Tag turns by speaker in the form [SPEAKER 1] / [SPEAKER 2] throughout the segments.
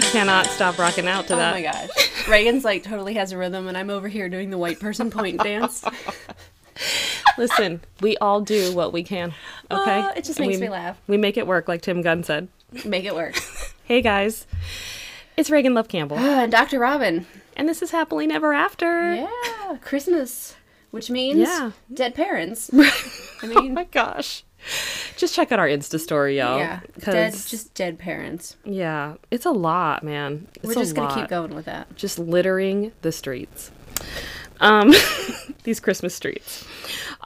[SPEAKER 1] cannot stop rocking out to
[SPEAKER 2] Oh
[SPEAKER 1] that.
[SPEAKER 2] my gosh. Reagan's like totally has a rhythm, and I'm over here doing the white person point dance.
[SPEAKER 1] Listen, we all do what we can. Okay?
[SPEAKER 2] Oh, it just
[SPEAKER 1] And
[SPEAKER 2] makes
[SPEAKER 1] we-
[SPEAKER 2] me laugh.
[SPEAKER 1] We make it work, like Tim Gunn said.
[SPEAKER 2] Make it work.
[SPEAKER 1] Hey guys, it's Reagan Love Campbell,
[SPEAKER 2] Uh, Dr. Robin.
[SPEAKER 1] and this is Happily Never After.
[SPEAKER 2] Yeah. Christmas, which means
[SPEAKER 1] Yeah.
[SPEAKER 2] dead parents. I
[SPEAKER 1] oh
[SPEAKER 2] mean,
[SPEAKER 1] my gosh. Just check out our Insta story, y'all.
[SPEAKER 2] yeah.
[SPEAKER 1] 'cause-
[SPEAKER 2] Dead, just dead parents.
[SPEAKER 1] yeah, it's a lot, man. It's
[SPEAKER 2] We're
[SPEAKER 1] a
[SPEAKER 2] just going to
[SPEAKER 1] lot.
[SPEAKER 2] keep going with that.
[SPEAKER 1] just littering the streets. Um, these Christmas streets.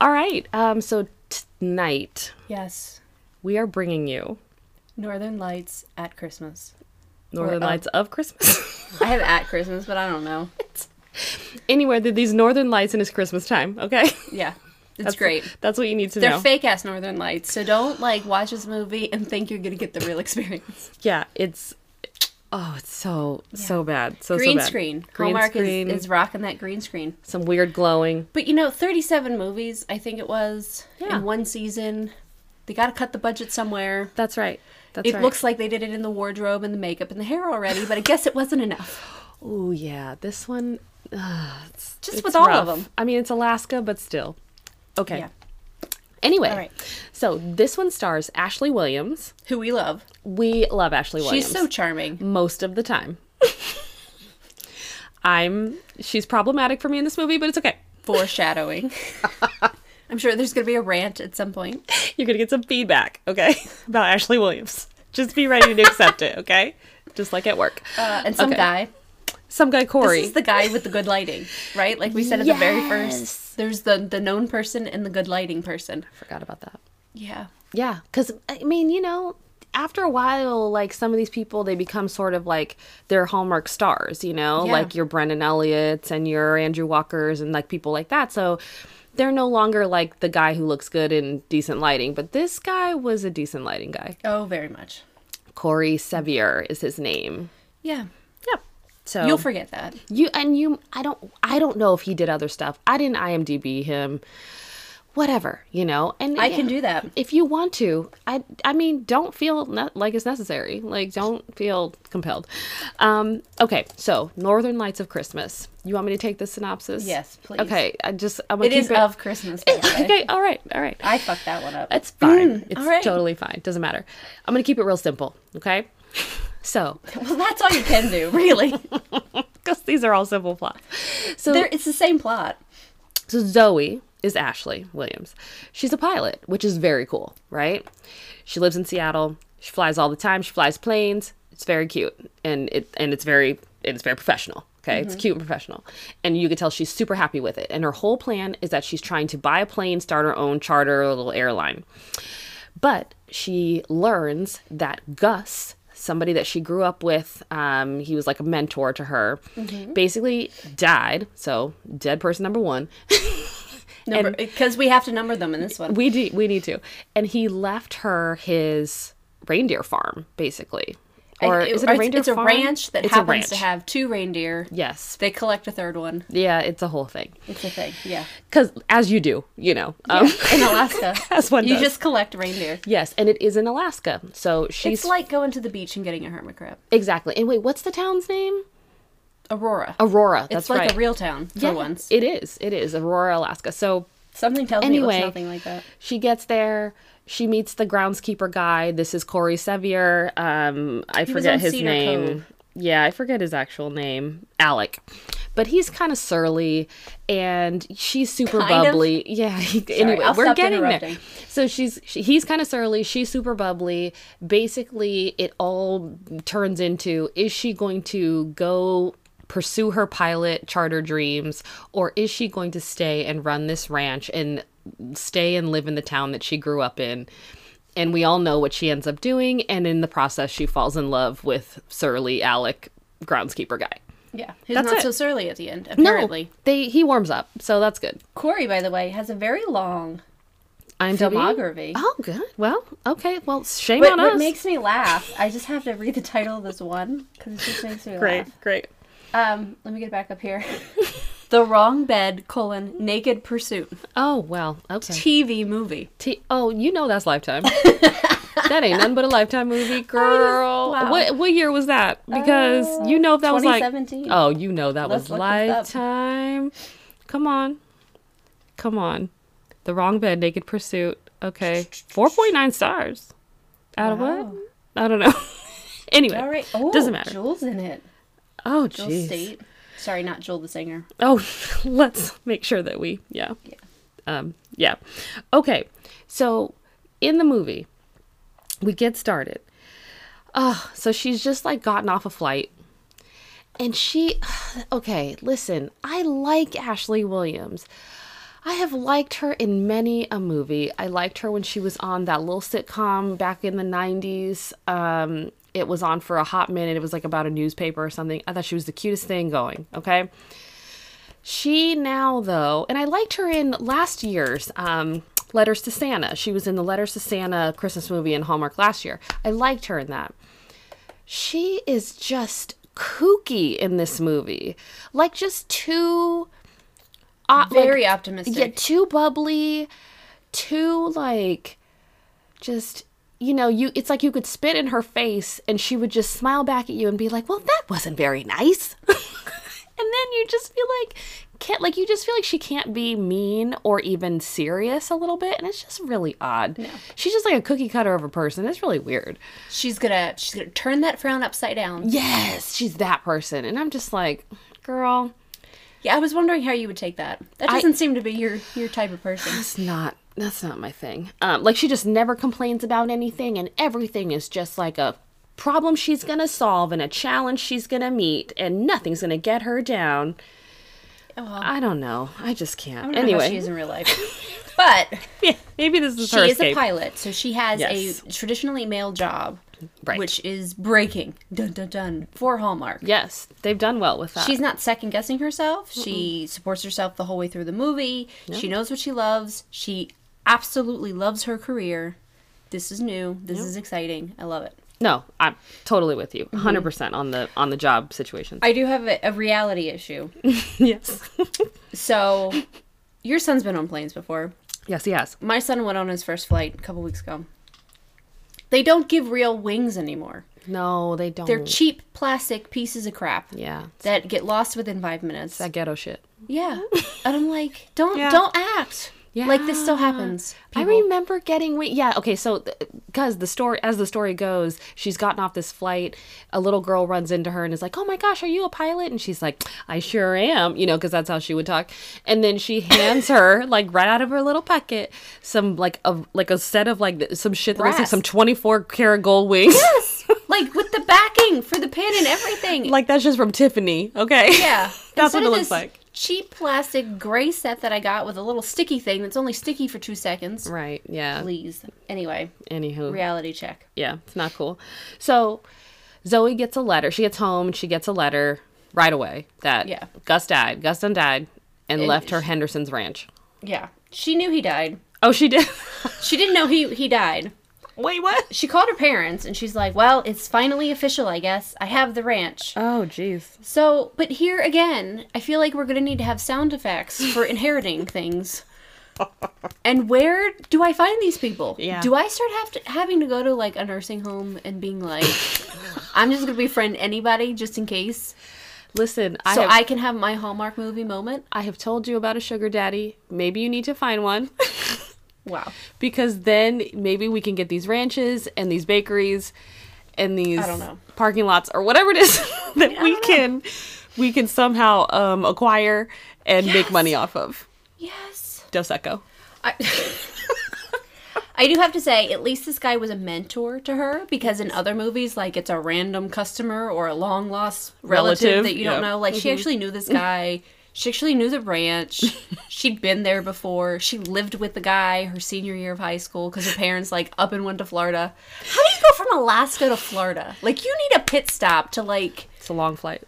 [SPEAKER 1] All right. Um, so tonight
[SPEAKER 2] Yes.
[SPEAKER 1] we are bringing you
[SPEAKER 2] Northern Lights at Christmas.
[SPEAKER 1] Northern
[SPEAKER 2] of-
[SPEAKER 1] Lights of Christmas.
[SPEAKER 2] I have at Christmas, but I don't know.
[SPEAKER 1] Anywhere that these Northern Lights and it's Christmas time. Okay. It's
[SPEAKER 2] Yeah. It's great.
[SPEAKER 1] That's what you need to
[SPEAKER 2] They're
[SPEAKER 1] know.
[SPEAKER 2] fake ass Northern Lights, so don't like watch this movie and think you're gonna get the real experience.
[SPEAKER 1] yeah. It's. Oh, it's so so bad. So
[SPEAKER 2] green
[SPEAKER 1] so bad.
[SPEAKER 2] screen.
[SPEAKER 1] Green
[SPEAKER 2] Hallmark
[SPEAKER 1] screen.
[SPEAKER 2] Is, is rocking that green screen.
[SPEAKER 1] some weird glowing.
[SPEAKER 2] But you know, 37 movies, I think it was,
[SPEAKER 1] Yeah.
[SPEAKER 2] in one season. They gotta cut the budget somewhere.
[SPEAKER 1] That's right. That's
[SPEAKER 2] it
[SPEAKER 1] right.
[SPEAKER 2] looks like they did it in the wardrobe and the makeup and the hair already, but I guess it wasn't enough.
[SPEAKER 1] Oh yeah, this one. Uh, it's,
[SPEAKER 2] Just
[SPEAKER 1] it's
[SPEAKER 2] with all of
[SPEAKER 1] rough.
[SPEAKER 2] them.
[SPEAKER 1] I mean, it's Alaska, but still. Okay.
[SPEAKER 2] Yeah.
[SPEAKER 1] Anyway,
[SPEAKER 2] All right.
[SPEAKER 1] so this one stars Ashley Williams.
[SPEAKER 2] Who we love.
[SPEAKER 1] We love Ashley Williams
[SPEAKER 2] She's so charming.
[SPEAKER 1] most of the time. I'm she's problematic for me in this movie, but it's okay.
[SPEAKER 2] Foreshadowing. I'm sure there's gonna be a rant at some point.
[SPEAKER 1] You're gonna get some feedback, okay, about Ashley Williams. Just be ready to accept it, okay? Just like at work.
[SPEAKER 2] Uh, and some
[SPEAKER 1] Okay.
[SPEAKER 2] guy.
[SPEAKER 1] Some guy Corey.
[SPEAKER 2] This is the guy with the good lighting, right? Like we said at the very
[SPEAKER 1] Yes.
[SPEAKER 2] first. There's the the known person and the good lighting person.
[SPEAKER 1] Forgot about that.
[SPEAKER 2] Yeah.
[SPEAKER 1] Yeah, because I mean, you know, after a while, like some of these people, they become sort of like their hallmark stars, you know,
[SPEAKER 2] Yeah.
[SPEAKER 1] like your Brendan Elliott's and your Andrew Walker's and like people like that. So they're no longer like the guy who looks good in decent lighting, but this guy was a decent lighting guy.
[SPEAKER 2] Oh, very much.
[SPEAKER 1] Corey Sevier is his name.
[SPEAKER 2] Yeah.
[SPEAKER 1] Yeah. So
[SPEAKER 2] You'll forget that.
[SPEAKER 1] you and you I don't I don't know if he did other stuff. I didn't IMDb him. Whatever, you know. And
[SPEAKER 2] I can do that.
[SPEAKER 1] if you want to i i mean don't feel ne- like it's necessary like don't feel compelled um okay so northern lights of christmas you want me to take the synopsis
[SPEAKER 2] Yes, please.
[SPEAKER 1] okay i just i'm gonna
[SPEAKER 2] It
[SPEAKER 1] keep
[SPEAKER 2] is of Christmas. by the way.
[SPEAKER 1] okay all right all right
[SPEAKER 2] I fucked that one up.
[SPEAKER 1] it's fine it's
[SPEAKER 2] all right.
[SPEAKER 1] totally fine doesn't matter i'm gonna keep it real simple okay so
[SPEAKER 2] Well, that's all you can do, really.
[SPEAKER 1] because these are all simple plots so
[SPEAKER 2] There, it's the same plot.
[SPEAKER 1] So Zoe is Ashley Williams. She's a pilot, which is very cool, right? She lives in Seattle. She flies all the time. She flies planes. It's very cute, and it and it's very it's very professional. Okay, it's cute and professional, and you can tell she's super happy with it. And her whole plan is that she's trying to buy a plane, start her own charter little airline. But she learns that Gus, somebody that she grew up with, um, he was like a mentor to her, basically died. So, dead person number one.
[SPEAKER 2] Number because we have to number them in this one.
[SPEAKER 1] we, de- we need to. And he left her his reindeer farm, basically.
[SPEAKER 2] I-
[SPEAKER 1] Or
[SPEAKER 2] it-
[SPEAKER 1] is it a
[SPEAKER 2] it's-
[SPEAKER 1] reindeer
[SPEAKER 2] It's a
[SPEAKER 1] farm?
[SPEAKER 2] ranch that
[SPEAKER 1] It's a
[SPEAKER 2] happens
[SPEAKER 1] ranch.
[SPEAKER 2] to have two reindeer.
[SPEAKER 1] Yes.
[SPEAKER 2] They collect a third one.
[SPEAKER 1] Yeah, it's a whole thing.
[SPEAKER 2] It's a thing. Yeah.
[SPEAKER 1] Because, as you do, you know. Um,
[SPEAKER 2] In Alaska,
[SPEAKER 1] As one
[SPEAKER 2] you
[SPEAKER 1] does.
[SPEAKER 2] just collect reindeer.
[SPEAKER 1] yes, and it is in Alaska. So she's.
[SPEAKER 2] It's like going to the beach and getting a hermit crab.
[SPEAKER 1] exactly. And wait, what's the town's name?
[SPEAKER 2] Aurora.
[SPEAKER 1] Aurora.
[SPEAKER 2] It's
[SPEAKER 1] that's
[SPEAKER 2] like
[SPEAKER 1] right.
[SPEAKER 2] a real town for
[SPEAKER 1] Yeah,
[SPEAKER 2] once.
[SPEAKER 1] It is. It is Aurora, Alaska. So
[SPEAKER 2] Something tells me
[SPEAKER 1] anyway,
[SPEAKER 2] it looks nothing like that.
[SPEAKER 1] she gets there. She meets the groundskeeper guy. This is Corey Sevier. Um, I
[SPEAKER 2] was
[SPEAKER 1] forget
[SPEAKER 2] on
[SPEAKER 1] his
[SPEAKER 2] Cedar
[SPEAKER 1] name.
[SPEAKER 2] Cove.
[SPEAKER 1] Yeah, I forget his actual name. Alec. But he's kind of surly, and she's super
[SPEAKER 2] Kind of?
[SPEAKER 1] bubbly. Yeah. anyway,
[SPEAKER 2] I'll
[SPEAKER 1] we're
[SPEAKER 2] stop
[SPEAKER 1] getting there.
[SPEAKER 2] interrupting.
[SPEAKER 1] So she's she, he's kind of surly. She's super bubbly. Basically, it all turns into is she going to go pursue her pilot charter dreams, or is she going to stay and run this ranch and stay and live in the town that she grew up in? And we all know what she ends up doing. And in the process, she falls in love with surly Alec groundskeeper guy.
[SPEAKER 2] Yeah, who's
[SPEAKER 1] That's
[SPEAKER 2] not
[SPEAKER 1] it.
[SPEAKER 2] so surly at the end.
[SPEAKER 1] No,
[SPEAKER 2] Apparently,
[SPEAKER 1] they he warms up, so that's good.
[SPEAKER 2] Corey, by the way, has a very long
[SPEAKER 1] I'm
[SPEAKER 2] filmography.
[SPEAKER 1] Oh, good. Well, okay. Well, shame
[SPEAKER 2] What,
[SPEAKER 1] on
[SPEAKER 2] what
[SPEAKER 1] us.
[SPEAKER 2] makes me laugh? I just have to read the title of this one because it just makes me laugh.
[SPEAKER 1] great.
[SPEAKER 2] Um, let me get back up here. the wrong bed: colon naked pursuit
[SPEAKER 1] Oh well, okay.
[SPEAKER 2] TV movie.
[SPEAKER 1] T- oh, you know that's Lifetime. that ain't none but a lifetime movie, girl.
[SPEAKER 2] wow.
[SPEAKER 1] What what year was that? Because you know if that was like
[SPEAKER 2] 2017.
[SPEAKER 1] oh, you know that
[SPEAKER 2] Uh, Let's
[SPEAKER 1] was
[SPEAKER 2] look this up.
[SPEAKER 1] lifetime. Come on, come on. The wrong bed, Naked Pursuit. Okay, four point nine stars. Out of
[SPEAKER 2] Wow.
[SPEAKER 1] what? I don't know. anyway,
[SPEAKER 2] All right. Oh,
[SPEAKER 1] doesn't matter.
[SPEAKER 2] Jules in it.
[SPEAKER 1] Oh
[SPEAKER 2] Jules
[SPEAKER 1] jeez.
[SPEAKER 2] State. Sorry, not Joel the singer.
[SPEAKER 1] Oh, let's make sure that we, yeah. Um, yeah. Okay. So in the movie, we get started. Oh, so she's just like gotten off a flight. And she, okay, listen, I like Ashley Williams. I have liked her in many a movie. I liked her when she was on that little sitcom back in the 90s. Um, it was on for a hot minute. It was like about a newspaper or something. I thought she was the cutest thing going, okay? She now though, and I liked her in last year's um, Letters to Santa. She was in the Letters to Santa Christmas movie in Hallmark last year. I liked her in that. She is just kooky in this movie, like just too uh,
[SPEAKER 2] Very
[SPEAKER 1] like,
[SPEAKER 2] optimistic.
[SPEAKER 1] yeah, too bubbly, too like just you know, you it's like you could spit in her face and she would just smile back at you and be like, "Well, that wasn't very nice." and then you just feel like can't like you just feel like she can't be mean or even serious a little bit and it's just really odd. She's just like a cookie cutter of a person. It's really weird.
[SPEAKER 2] She's gonna she's gonna turn that frown upside down.
[SPEAKER 1] Yes, she's that person and I'm just like, "Girl,
[SPEAKER 2] Yeah, I was wondering how you would take that. That doesn't seem to be your your type of person.
[SPEAKER 1] That's not that's not my thing. Um, like she just never complains about anything, and everything is just like a problem she's gonna solve and a challenge she's gonna meet, and nothing's gonna get her down.
[SPEAKER 2] Oh, well,
[SPEAKER 1] I don't know. I just can't.
[SPEAKER 2] I don't know how she
[SPEAKER 1] anyway,
[SPEAKER 2] is in real life, but
[SPEAKER 1] yeah, maybe this is
[SPEAKER 2] she
[SPEAKER 1] her
[SPEAKER 2] is
[SPEAKER 1] escape.
[SPEAKER 2] a pilot, so she has
[SPEAKER 1] Yes.
[SPEAKER 2] a traditionally male job,
[SPEAKER 1] Right.
[SPEAKER 2] which is breaking dun dun dun for Hallmark.
[SPEAKER 1] yes, they've done well with that.
[SPEAKER 2] She's not second guessing herself. She supports herself the whole way through the movie. She knows what she loves. She absolutely loves her career. This is new. This is exciting. I love it.
[SPEAKER 1] no, I'm totally with you,
[SPEAKER 2] Mm-hmm.
[SPEAKER 1] 100 percent on the on the job situation.
[SPEAKER 2] I do have a, a reality issue.
[SPEAKER 1] yes,
[SPEAKER 2] So, your son's been on planes before.
[SPEAKER 1] yes, yes.
[SPEAKER 2] My son went on his first flight a couple weeks ago. They don't give real wings anymore.
[SPEAKER 1] No, they don't.
[SPEAKER 2] They're cheap plastic pieces of crap
[SPEAKER 1] yeah, it's
[SPEAKER 2] that get lost within five minutes.
[SPEAKER 1] that ghetto shit.
[SPEAKER 2] Yeah, and I'm like, don't
[SPEAKER 1] Yeah.
[SPEAKER 2] don't act like this still happens. people.
[SPEAKER 1] I remember getting wait, yeah, okay, so because the story as the story goes, she's gotten off this flight, a little girl runs into her and is like, "Oh my gosh, are you a pilot?" and she's like, "I sure am," you know, because that's how she would talk. And then she hands her like right out of her little pocket some like a like a set of like some shit that looks like
[SPEAKER 2] Brass.
[SPEAKER 1] some 24 karat gold wings.
[SPEAKER 2] Yes, like with the backing for the pin and everything.
[SPEAKER 1] like that's just from Tiffany, okay?
[SPEAKER 2] yeah,
[SPEAKER 1] That's
[SPEAKER 2] Instead
[SPEAKER 1] what it
[SPEAKER 2] of
[SPEAKER 1] looks
[SPEAKER 2] this
[SPEAKER 1] like.
[SPEAKER 2] Cheap plastic gray set that I got with a little sticky thing that's only sticky for two seconds.
[SPEAKER 1] Right, yeah.
[SPEAKER 2] Please. Anyway,
[SPEAKER 1] Anywho.
[SPEAKER 2] reality check.
[SPEAKER 1] yeah, it's not cool. So Zoe gets a letter. She gets home and she gets a letter right away that
[SPEAKER 2] Yeah.
[SPEAKER 1] Gus died. Gus Dun died and,
[SPEAKER 2] And
[SPEAKER 1] left her Henderson's ranch.
[SPEAKER 2] Yeah, she knew he died.
[SPEAKER 1] Oh, she did.
[SPEAKER 2] She didn't know he he died.
[SPEAKER 1] Wait, what?
[SPEAKER 2] She called her parents and she's like, "Well, it's finally official, I guess. I have the ranch."
[SPEAKER 1] Oh, jeez.
[SPEAKER 2] So, but here again, I feel like we're going to need to have sound effects for inheriting things. and where do I find these people?
[SPEAKER 1] Yeah.
[SPEAKER 2] Do I start have to, having to go to like a nursing home and being like, I'm just going to befriend anybody just in case,
[SPEAKER 1] Listen, I
[SPEAKER 2] so
[SPEAKER 1] have,
[SPEAKER 2] I can have my Hallmark movie moment?
[SPEAKER 1] I have told you about a sugar daddy. Maybe you need to find one.
[SPEAKER 2] Wow.
[SPEAKER 1] because then maybe we can get these ranches and these bakeries and these
[SPEAKER 2] don't know.
[SPEAKER 1] parking lots or whatever it is that
[SPEAKER 2] I
[SPEAKER 1] we
[SPEAKER 2] don't know.
[SPEAKER 1] can we can somehow um, acquire and make
[SPEAKER 2] Yes.
[SPEAKER 1] money off of.
[SPEAKER 2] Yes.
[SPEAKER 1] Dos Echo.
[SPEAKER 2] I, I do have to say, at least this guy was a mentor to her because in other movies, like it's a random customer or a long lost relative,
[SPEAKER 1] Relative,
[SPEAKER 2] that you don't
[SPEAKER 1] yeah. Mm-hmm.
[SPEAKER 2] know. Like she actually knew this guy. She actually knew the ranch. She'd been there before. She lived with the guy her senior year of high school because her parents like up and went to Florida. How do you go from Alaska to Florida? Like you need a pit stop to like
[SPEAKER 1] It's a long flight.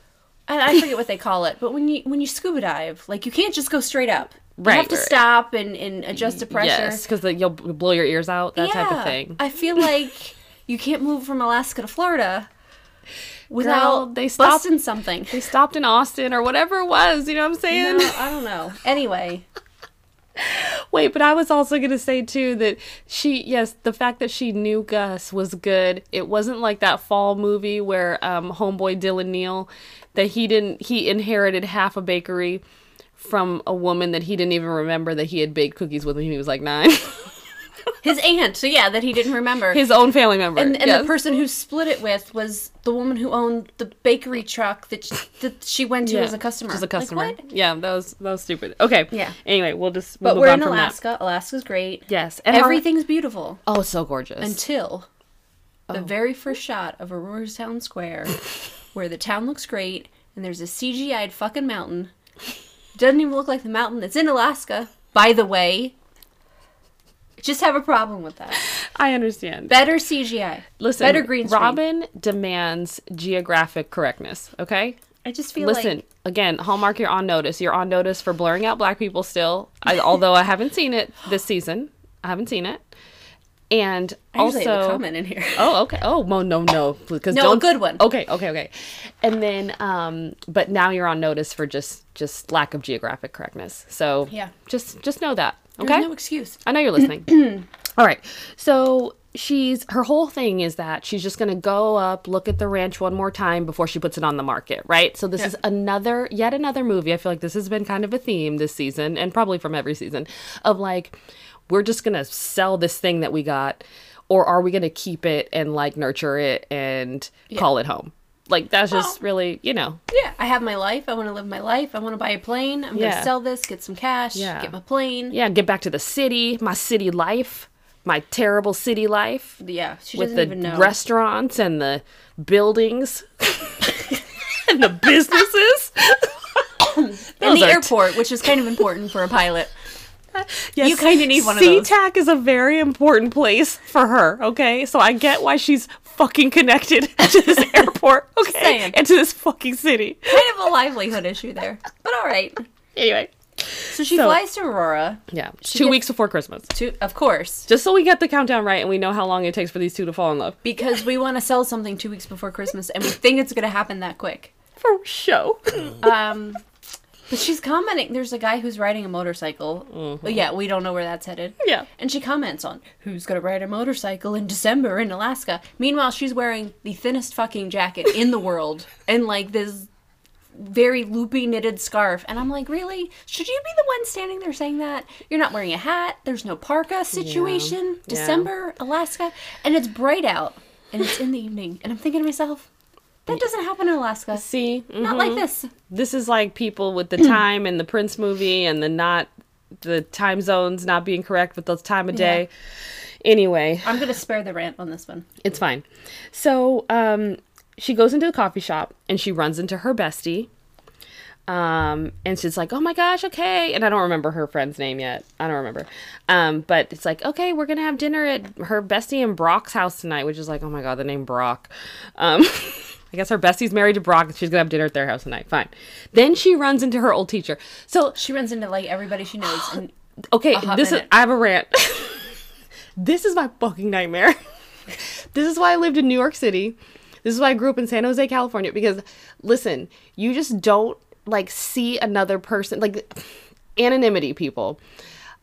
[SPEAKER 2] I, I forget what they call it, but when you when you scuba dive, like you can't just go straight up. You
[SPEAKER 1] Right,
[SPEAKER 2] have to
[SPEAKER 1] right.
[SPEAKER 2] stop and, and adjust the pressure.
[SPEAKER 1] Yes, because you'll b- blow your ears out, that type of thing.
[SPEAKER 2] I feel like you can't move from Alaska to Florida
[SPEAKER 1] Girl,
[SPEAKER 2] without
[SPEAKER 1] they stop-
[SPEAKER 2] busting something.
[SPEAKER 1] They stopped in Austin or whatever it was. You know what I'm
[SPEAKER 2] No,
[SPEAKER 1] saying?
[SPEAKER 2] I don't know. Anyway,
[SPEAKER 1] Wait, but I was also going to say too that she, yes, the fact that she knew Gus was good. It wasn't like that fall movie where um, homeboy Dylan Neal, that he didn't, he inherited half a bakery from a woman that he didn't even remember that he had baked cookies with when he was like nine.
[SPEAKER 2] His aunt, so yeah, that he didn't remember.
[SPEAKER 1] His own family member.
[SPEAKER 2] and, and
[SPEAKER 1] yes.
[SPEAKER 2] the person who split it with was the woman who owned the bakery truck that she, that she went to
[SPEAKER 1] Yeah,
[SPEAKER 2] as a customer.
[SPEAKER 1] Just a
[SPEAKER 2] Like,
[SPEAKER 1] customer.
[SPEAKER 2] what?
[SPEAKER 1] Yeah, that was that was stupid. Okay.
[SPEAKER 2] Yeah.
[SPEAKER 1] Anyway, we'll just we'll
[SPEAKER 2] But
[SPEAKER 1] move
[SPEAKER 2] we're
[SPEAKER 1] on
[SPEAKER 2] in
[SPEAKER 1] from that.
[SPEAKER 2] Alaska. Alaska's great.
[SPEAKER 1] Yes. And everything.
[SPEAKER 2] Everything's beautiful
[SPEAKER 1] oh, it's so gorgeous.
[SPEAKER 2] until
[SPEAKER 1] Oh.
[SPEAKER 2] the very first shot of Aurora's Town Square, where the town looks great and there's a CGI'd fucking mountain. Doesn't even look like the mountain that's in Alaska, by the way. Just have a problem with that.
[SPEAKER 1] I understand.
[SPEAKER 2] Better CGI.
[SPEAKER 1] Listen,
[SPEAKER 2] better green screen.
[SPEAKER 1] Robin demands geographic correctness. Okay.
[SPEAKER 2] I just feel
[SPEAKER 1] Listen
[SPEAKER 2] like
[SPEAKER 1] again, Hallmark. You're on notice. You're on notice for blurring out black people. Still, I, although I haven't seen it this season, I haven't seen it. And
[SPEAKER 2] I usually have a
[SPEAKER 1] also,
[SPEAKER 2] comment in here.
[SPEAKER 1] Oh, okay. Oh, well, no, no, because
[SPEAKER 2] No, a
[SPEAKER 1] don't,
[SPEAKER 2] good one.
[SPEAKER 1] Okay, okay, okay. And then, um, but now you're on notice for just just lack of geographic correctness. So
[SPEAKER 2] Yeah.
[SPEAKER 1] just just know that.
[SPEAKER 2] There's
[SPEAKER 1] Okay,
[SPEAKER 2] no excuse.
[SPEAKER 1] I know you're listening. All right, so she's her whole thing is that she's just gonna go up, look at the ranch one more time before she puts it on the market, right? So this is another, yet another movie. I feel like this has been kind of a theme this season, and probably from every season, of like we're just gonna sell this thing that we got, or are we gonna keep it and like nurture it and call it home? Like that's just really, you know,
[SPEAKER 2] Yeah, I have my life. I want to live my life. I want to buy a plane. I'm
[SPEAKER 1] Yeah.
[SPEAKER 2] gonna sell this, get some cash,
[SPEAKER 1] Yeah.
[SPEAKER 2] get my plane.
[SPEAKER 1] yeah, get back to the city, my city life, my terrible city life.
[SPEAKER 2] Yeah, she
[SPEAKER 1] with
[SPEAKER 2] doesn't
[SPEAKER 1] the
[SPEAKER 2] even know.
[SPEAKER 1] restaurants and the buildings and the businesses.
[SPEAKER 2] and
[SPEAKER 1] Those
[SPEAKER 2] the
[SPEAKER 1] are
[SPEAKER 2] airport, which is kind of important for a pilot.
[SPEAKER 1] Yes,
[SPEAKER 2] You kinda need one of those.
[SPEAKER 1] SeaTac is a very important place for her, okay? So I get why she's fucking connected to this airport, okay?
[SPEAKER 2] saying.
[SPEAKER 1] And to this fucking city.
[SPEAKER 2] Kind of a livelihood issue there, but all right.
[SPEAKER 1] Anyway.
[SPEAKER 2] So she
[SPEAKER 1] So-
[SPEAKER 2] flies to Aurora.
[SPEAKER 1] Yeah.
[SPEAKER 2] She
[SPEAKER 1] two
[SPEAKER 2] gets-
[SPEAKER 1] weeks before Christmas.
[SPEAKER 2] To, of course,
[SPEAKER 1] Just so we get the countdown right and we know how long it takes for these two to fall in love.
[SPEAKER 2] because we want to sell something two weeks before Christmas, and we think it's going to happen that quick.
[SPEAKER 1] For show.
[SPEAKER 2] Um, but she's commenting. There's a guy who's riding a motorcycle. Yeah, we don't know where that's headed.
[SPEAKER 1] Mm-hmm. Yeah.
[SPEAKER 2] and she comments on who's going to ride a motorcycle in December in Alaska. Meanwhile, she's wearing the thinnest fucking jacket in the world and like this very loopy knitted scarf. And I'm like, really? Should you be the one standing there saying that? You're not wearing a hat. There's no parka situation.
[SPEAKER 1] Yeah.
[SPEAKER 2] December, Alaska, and it's bright out and it's in the evening. And I'm thinking to myself, that doesn't happen in Alaska.
[SPEAKER 1] See? Mm-hmm.
[SPEAKER 2] Not like this.
[SPEAKER 1] this is like people with the time and the Prince movie and the not the time zones not being correct with the time of day. Anyway,
[SPEAKER 2] I'm going to spare the rant on this one.
[SPEAKER 1] it's fine. So um, she goes into the coffee shop and she runs into her bestie. Um, and she's like, oh my gosh, okay. And I don't remember her friend's name yet. I don't remember. Um, but it's like, okay, we're going to have dinner at her bestie and Brock's house tonight, which is like, oh my God, the name Brock. Um, I guess her bestie's married to Brock and she's going to have dinner at their house tonight. Fine. Then she runs into her old teacher. So
[SPEAKER 2] She runs into like everybody she knows and
[SPEAKER 1] Okay,
[SPEAKER 2] hot
[SPEAKER 1] this
[SPEAKER 2] minute.
[SPEAKER 1] is I have a rant. this is my fucking nightmare. this is why I lived in New York City. This is why I grew up in San Jose, California because listen, you just don't like see another person like anonymity people.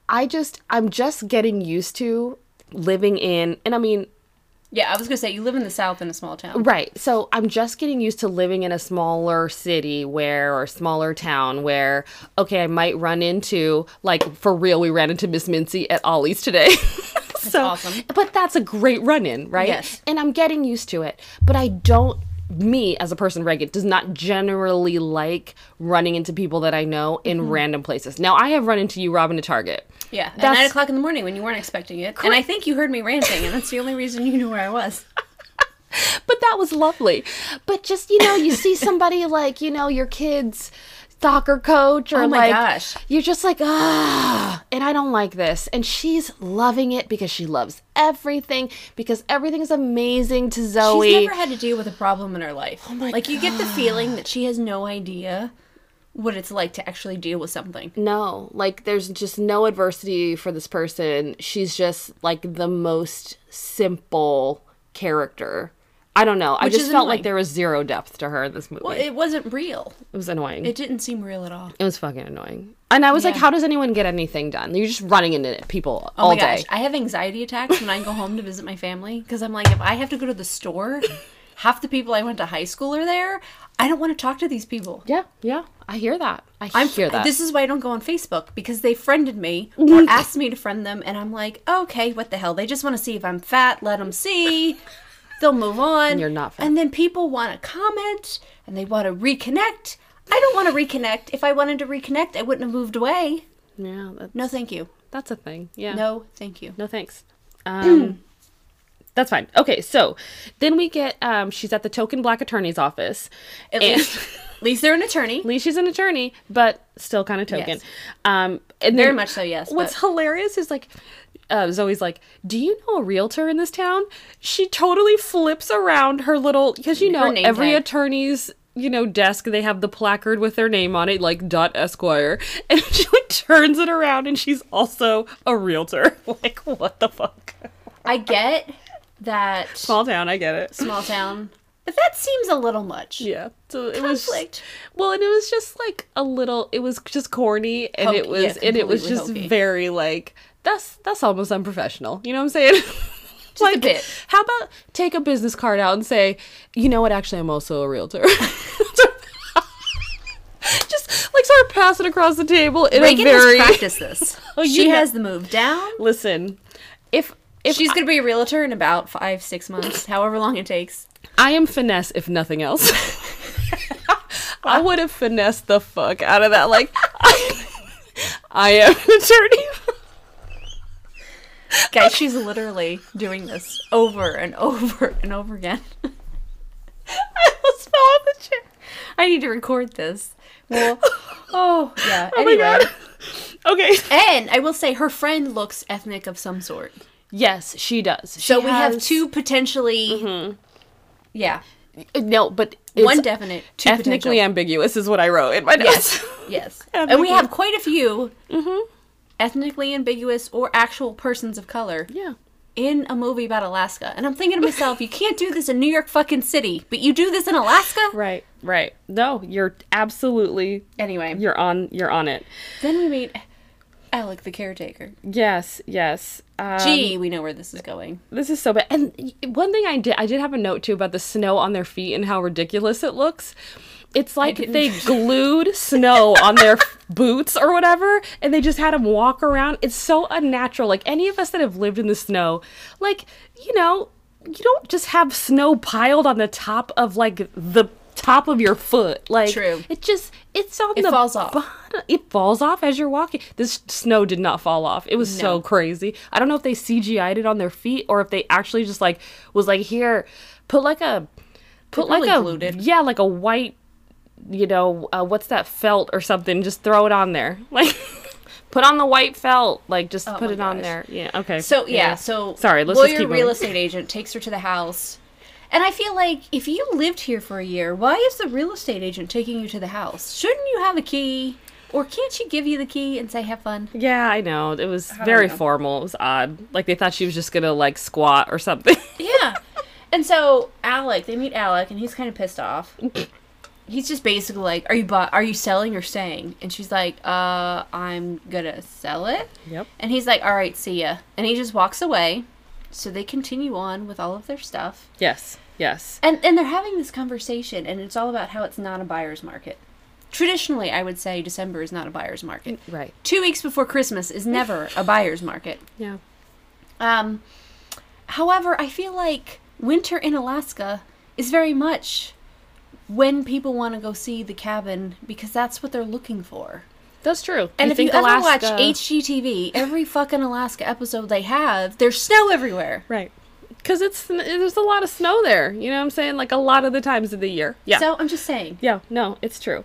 [SPEAKER 1] I just I'm just getting used to living in and I mean
[SPEAKER 2] yeah, I was going to say you live in the south in a small town.
[SPEAKER 1] Right. So I'm just getting used to living in a smaller city where, or smaller town where, okay, I might run into, like, for real, we ran into Miss Mincy at Ollie's today. so,
[SPEAKER 2] awesome.
[SPEAKER 1] But that's a great run in, right?
[SPEAKER 2] Yes.
[SPEAKER 1] And I'm getting used to it. But I don't, me as a person, Reagan, does not generally like running into people that I know in
[SPEAKER 2] Mm-hmm.
[SPEAKER 1] random places. Now, I have run into you, Robin, at Target.
[SPEAKER 2] Yeah, at
[SPEAKER 1] That's-
[SPEAKER 2] nine o'clock in the morning when you weren't expecting it, and I think you heard me ranting, and that's the only reason you knew where I was.
[SPEAKER 1] but that was lovely. But just you know, you see somebody like you know your kids soccer coach or
[SPEAKER 2] Oh my
[SPEAKER 1] like
[SPEAKER 2] gosh.
[SPEAKER 1] you're just like ah and I don't like this and she's loving it because she loves everything because everything's amazing to Zoe.
[SPEAKER 2] She's never had to deal with a problem in her life. Oh my like you get the feeling that she has no idea what it's like to actually deal with something.
[SPEAKER 1] no, like there's just no adversity for this person. She's just like the most simple character I don't know. I
[SPEAKER 2] Which
[SPEAKER 1] just
[SPEAKER 2] is
[SPEAKER 1] felt
[SPEAKER 2] annoying.
[SPEAKER 1] like there was zero depth to her in this movie.
[SPEAKER 2] Well,
[SPEAKER 1] it,
[SPEAKER 2] it wasn't real.
[SPEAKER 1] was annoying.
[SPEAKER 2] It
[SPEAKER 1] It,
[SPEAKER 2] didn't seem real at all.
[SPEAKER 1] was fucking annoying. And I was like,
[SPEAKER 2] Yeah.
[SPEAKER 1] how does anyone get anything done? You're just running into people
[SPEAKER 2] Oh
[SPEAKER 1] all
[SPEAKER 2] my gosh,
[SPEAKER 1] day.
[SPEAKER 2] I have anxiety attacks when I go home to visit my family because I'm like, if I have to go to the store, half the people I went to high school are there. I don't want to talk to these people.
[SPEAKER 1] Yeah, yeah. I hear that. I
[SPEAKER 2] I'm
[SPEAKER 1] hear that. Mm-hmm.
[SPEAKER 2] This is why I don't go on Facebook because they friended me or asked me to friend them, and I'm like, okay, what the hell? They just want to see if I'm fat. Let them see. They'll move on.
[SPEAKER 1] you're not fat.
[SPEAKER 2] And then people want to comment and they want to reconnect. I don't want to reconnect. If I wanted to reconnect, I wouldn't have moved away.
[SPEAKER 1] yeah, that,
[SPEAKER 2] No, thank you.
[SPEAKER 1] that's a thing. Yeah.
[SPEAKER 2] No, thank you.
[SPEAKER 1] No thanks. Um, that's fine. Okay, so then we get um, she's at the token black attorney's office.
[SPEAKER 2] At
[SPEAKER 1] and-
[SPEAKER 2] least, at least they're an attorney.
[SPEAKER 1] At least she's an attorney, but still kind of token.
[SPEAKER 2] Yes.
[SPEAKER 1] Um, and
[SPEAKER 2] Very
[SPEAKER 1] then
[SPEAKER 2] much so, yes,
[SPEAKER 1] What's
[SPEAKER 2] but-
[SPEAKER 1] hilarious is like uh, Zoe's like, "Do you know a realtor in this town?" She totally flips around her little because you know
[SPEAKER 2] name
[SPEAKER 1] every
[SPEAKER 2] tag.
[SPEAKER 1] attorney's you know desk they have the placard with their name on it like dot esquire and she like turns it around and she's also a realtor like what the fuck
[SPEAKER 2] I get that small,
[SPEAKER 1] small town i get it
[SPEAKER 2] town, but that seems a little much.
[SPEAKER 1] yeah so it was
[SPEAKER 2] Conflict.
[SPEAKER 1] well and it was just like a little it was just corny and it
[SPEAKER 2] Hokey,
[SPEAKER 1] was
[SPEAKER 2] yeah,
[SPEAKER 1] and it was
[SPEAKER 2] completely
[SPEAKER 1] just
[SPEAKER 2] hokey.
[SPEAKER 1] very like that's that's almost unprofessional you know what i'm saying just
[SPEAKER 2] a bit.
[SPEAKER 1] how about take a business card out and say you know what actually i'm also a realtor just like sort of pass it across the table in
[SPEAKER 2] Reagan
[SPEAKER 1] a very
[SPEAKER 2] has practiced this.
[SPEAKER 1] Oh, you
[SPEAKER 2] she
[SPEAKER 1] know-
[SPEAKER 2] has the move down.
[SPEAKER 1] listen if if
[SPEAKER 2] She's gonna be a realtor in about five, six months, however long it takes.
[SPEAKER 1] I am finesse, if nothing else. I would have finessed the fuck out of that. Like, I, I am an attorney.
[SPEAKER 2] Guys, she's literally doing this over and over and over again.
[SPEAKER 1] I almost fell off the chair.
[SPEAKER 2] I need to record this. Well, oh yeah.
[SPEAKER 1] Oh
[SPEAKER 2] anyway,
[SPEAKER 1] my god. Okay.
[SPEAKER 2] and I will say her friend looks ethnic of some sort.
[SPEAKER 1] Yes, she does.
[SPEAKER 2] So we have two potentially.
[SPEAKER 1] Mm-hmm.
[SPEAKER 2] Yeah,
[SPEAKER 1] No, but
[SPEAKER 2] one definite, two potential.
[SPEAKER 1] ethnically ambiguous is what I wrote in my notes.
[SPEAKER 2] Yes. Yes.
[SPEAKER 1] And Mm-hmm.
[SPEAKER 2] and we
[SPEAKER 1] they
[SPEAKER 2] have quite a few ethnically ambiguous or actual persons of color
[SPEAKER 1] yeah.
[SPEAKER 2] in a movie about Alaska. And I'm thinking to myself, you can't do this in New York fucking city, but you do this in Alaska?
[SPEAKER 1] Right. Right. No, you're absolutely.
[SPEAKER 2] Anyway,
[SPEAKER 1] You're on. You're on it.
[SPEAKER 2] then we meet Alec the caretaker.
[SPEAKER 1] Yes. Yes. Um,
[SPEAKER 2] Gee, we know where this is going.
[SPEAKER 1] This is so bad. And y- one thing I did, I did have a note too about the snow on their feet and how ridiculous it looks. It's like
[SPEAKER 2] didn't-
[SPEAKER 1] they glued snow on their f- boots or whatever, and they just had them walk around. It's so unnatural. Like any of us that have lived in the snow, like you know, you don't just have snow piled on the top of like the top of your foot. Like
[SPEAKER 2] True.
[SPEAKER 1] it just it's on
[SPEAKER 2] It
[SPEAKER 1] the
[SPEAKER 2] falls off.
[SPEAKER 1] bottom. It falls off as you're walking. This snow did not fall off. It was so
[SPEAKER 2] No.
[SPEAKER 1] crazy. I don't know if they CGI'd it on their feet or if they actually just like was like here, put like a put like
[SPEAKER 2] probably
[SPEAKER 1] a
[SPEAKER 2] glued it.
[SPEAKER 1] yeah like a white you know uh, what's that felt or something. Just throw it on there like. Put on the white felt, like just put
[SPEAKER 2] Oh my
[SPEAKER 1] it on
[SPEAKER 2] gosh.
[SPEAKER 1] there. Yeah. Okay.
[SPEAKER 2] So, yeah, so
[SPEAKER 1] sorry. Let's
[SPEAKER 2] lawyer
[SPEAKER 1] just keep
[SPEAKER 2] real
[SPEAKER 1] moving.
[SPEAKER 2] estate agent takes her to the house. And I feel like if you lived here for a year, why is the real estate agent taking you to the house? Shouldn't you have a key? Or can't she give you the key and say, have fun?
[SPEAKER 1] Yeah, I know. It was very
[SPEAKER 2] know.
[SPEAKER 1] formal. It was odd. Like they thought she was just gonna like squat or something.
[SPEAKER 2] Yeah. And so Alec, they meet Alec, and he's kind of pissed off. He's just basically like, "Are you bu- are you selling or staying?" And she's like, "Uh, I'm gonna sell it."
[SPEAKER 1] Yep.
[SPEAKER 2] And he's like, "All right, see ya." And he just walks away. So they continue on with all of their stuff,
[SPEAKER 1] Yes. Yes.
[SPEAKER 2] and and they're having this conversation, and it's all about how it's not a buyer's market. Traditionally, I would say December is not a buyer's market.
[SPEAKER 1] Right.
[SPEAKER 2] Two weeks before Christmas is never a buyer's market.
[SPEAKER 1] Yeah.
[SPEAKER 2] Um, however, I feel like winter in Alaska is very much when people want to go see the cabin because that's what they're looking for.
[SPEAKER 1] That's true.
[SPEAKER 2] And if you
[SPEAKER 1] Alaska-
[SPEAKER 2] ever watch HGTV, every fucking Alaska episode they have, there's snow everywhere.
[SPEAKER 1] right, because it's there's a lot of snow there. You know what I'm saying? Like a lot of the times of the year. Yeah.
[SPEAKER 2] So I'm just saying.
[SPEAKER 1] yeah. No, it's true.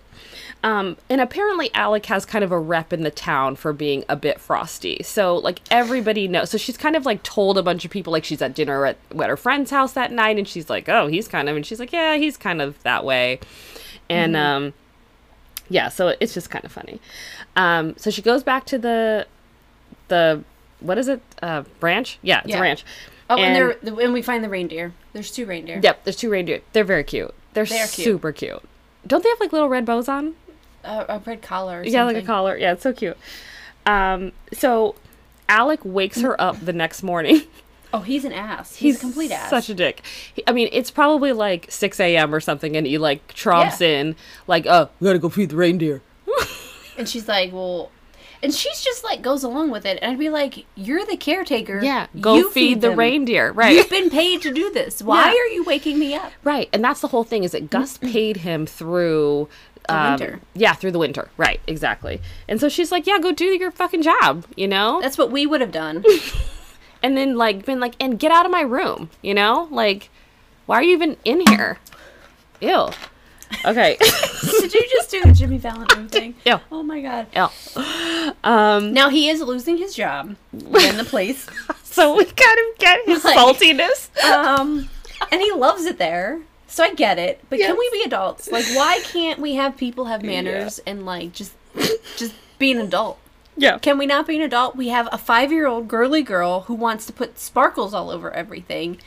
[SPEAKER 1] Um, and apparently Alec has kind of a rep in the town for being a bit frosty. So like everybody knows. So she's kind of like told a bunch of people like she's at dinner at, at her friend's house that night, and she's like, oh, he's kind of, and she's like, yeah, he's kind of that way, and
[SPEAKER 2] Mm-hmm.
[SPEAKER 1] um. yeah so it's just kind of funny um so she goes back to the the what is it uh ranch yeah it's
[SPEAKER 2] Yeah.
[SPEAKER 1] a ranch
[SPEAKER 2] Oh, and,
[SPEAKER 1] And-
[SPEAKER 2] there and we find the reindeer. There's two reindeer.
[SPEAKER 1] Yep, there's two reindeer. They're very cute. They're
[SPEAKER 2] They are cute.
[SPEAKER 1] super cute. Don't they have like little red bows on?
[SPEAKER 2] Uh, a red collar. Or
[SPEAKER 1] Yeah, like a
[SPEAKER 2] something.
[SPEAKER 1] collar. Yeah, it's so cute. Um, so Alec wakes her up the next morning.
[SPEAKER 2] Oh, he's an ass. He's, a complete ass.
[SPEAKER 1] Such a dick. He- I mean, it's probably like 6 a.m. or something, and he like tromps
[SPEAKER 2] Yeah.
[SPEAKER 1] in, like, oh, we gotta go feed the reindeer.
[SPEAKER 2] and she's like, well, and she's just like goes along with it. And I'd be like, you're the caretaker.
[SPEAKER 1] go
[SPEAKER 2] You
[SPEAKER 1] feed, the
[SPEAKER 2] them.
[SPEAKER 1] reindeer. Right.
[SPEAKER 2] You've been paid to do this. Why
[SPEAKER 1] Yeah.
[SPEAKER 2] are you waking me up?
[SPEAKER 1] Right, and that's the whole thing is that Gus paid him through
[SPEAKER 2] The
[SPEAKER 1] um,
[SPEAKER 2] winter.
[SPEAKER 1] Yeah, through the winter. Right, exactly. And so she's like, "Yeah, go do your fucking job," you know.
[SPEAKER 2] That's what we would have done.
[SPEAKER 1] and then like been like, "And get out of my room," you know. Like, why are you even in here? Ew. Okay.
[SPEAKER 2] Did you just do the Jimmy Fallon room thing?
[SPEAKER 1] Yeah.
[SPEAKER 2] Oh my god.
[SPEAKER 1] Ew.
[SPEAKER 2] Now he is losing his job in the place.
[SPEAKER 1] So we kind of get his
[SPEAKER 2] Like-
[SPEAKER 1] saltiness.
[SPEAKER 2] Um, and he loves it there. So I get it. But
[SPEAKER 1] Yes.
[SPEAKER 2] can we be adults? Like, why can't we have people have manners and like just just be an adult?
[SPEAKER 1] Yeah.
[SPEAKER 2] Can we not be an adult? We have a five year old girly girl who wants to put sparkles all over everything.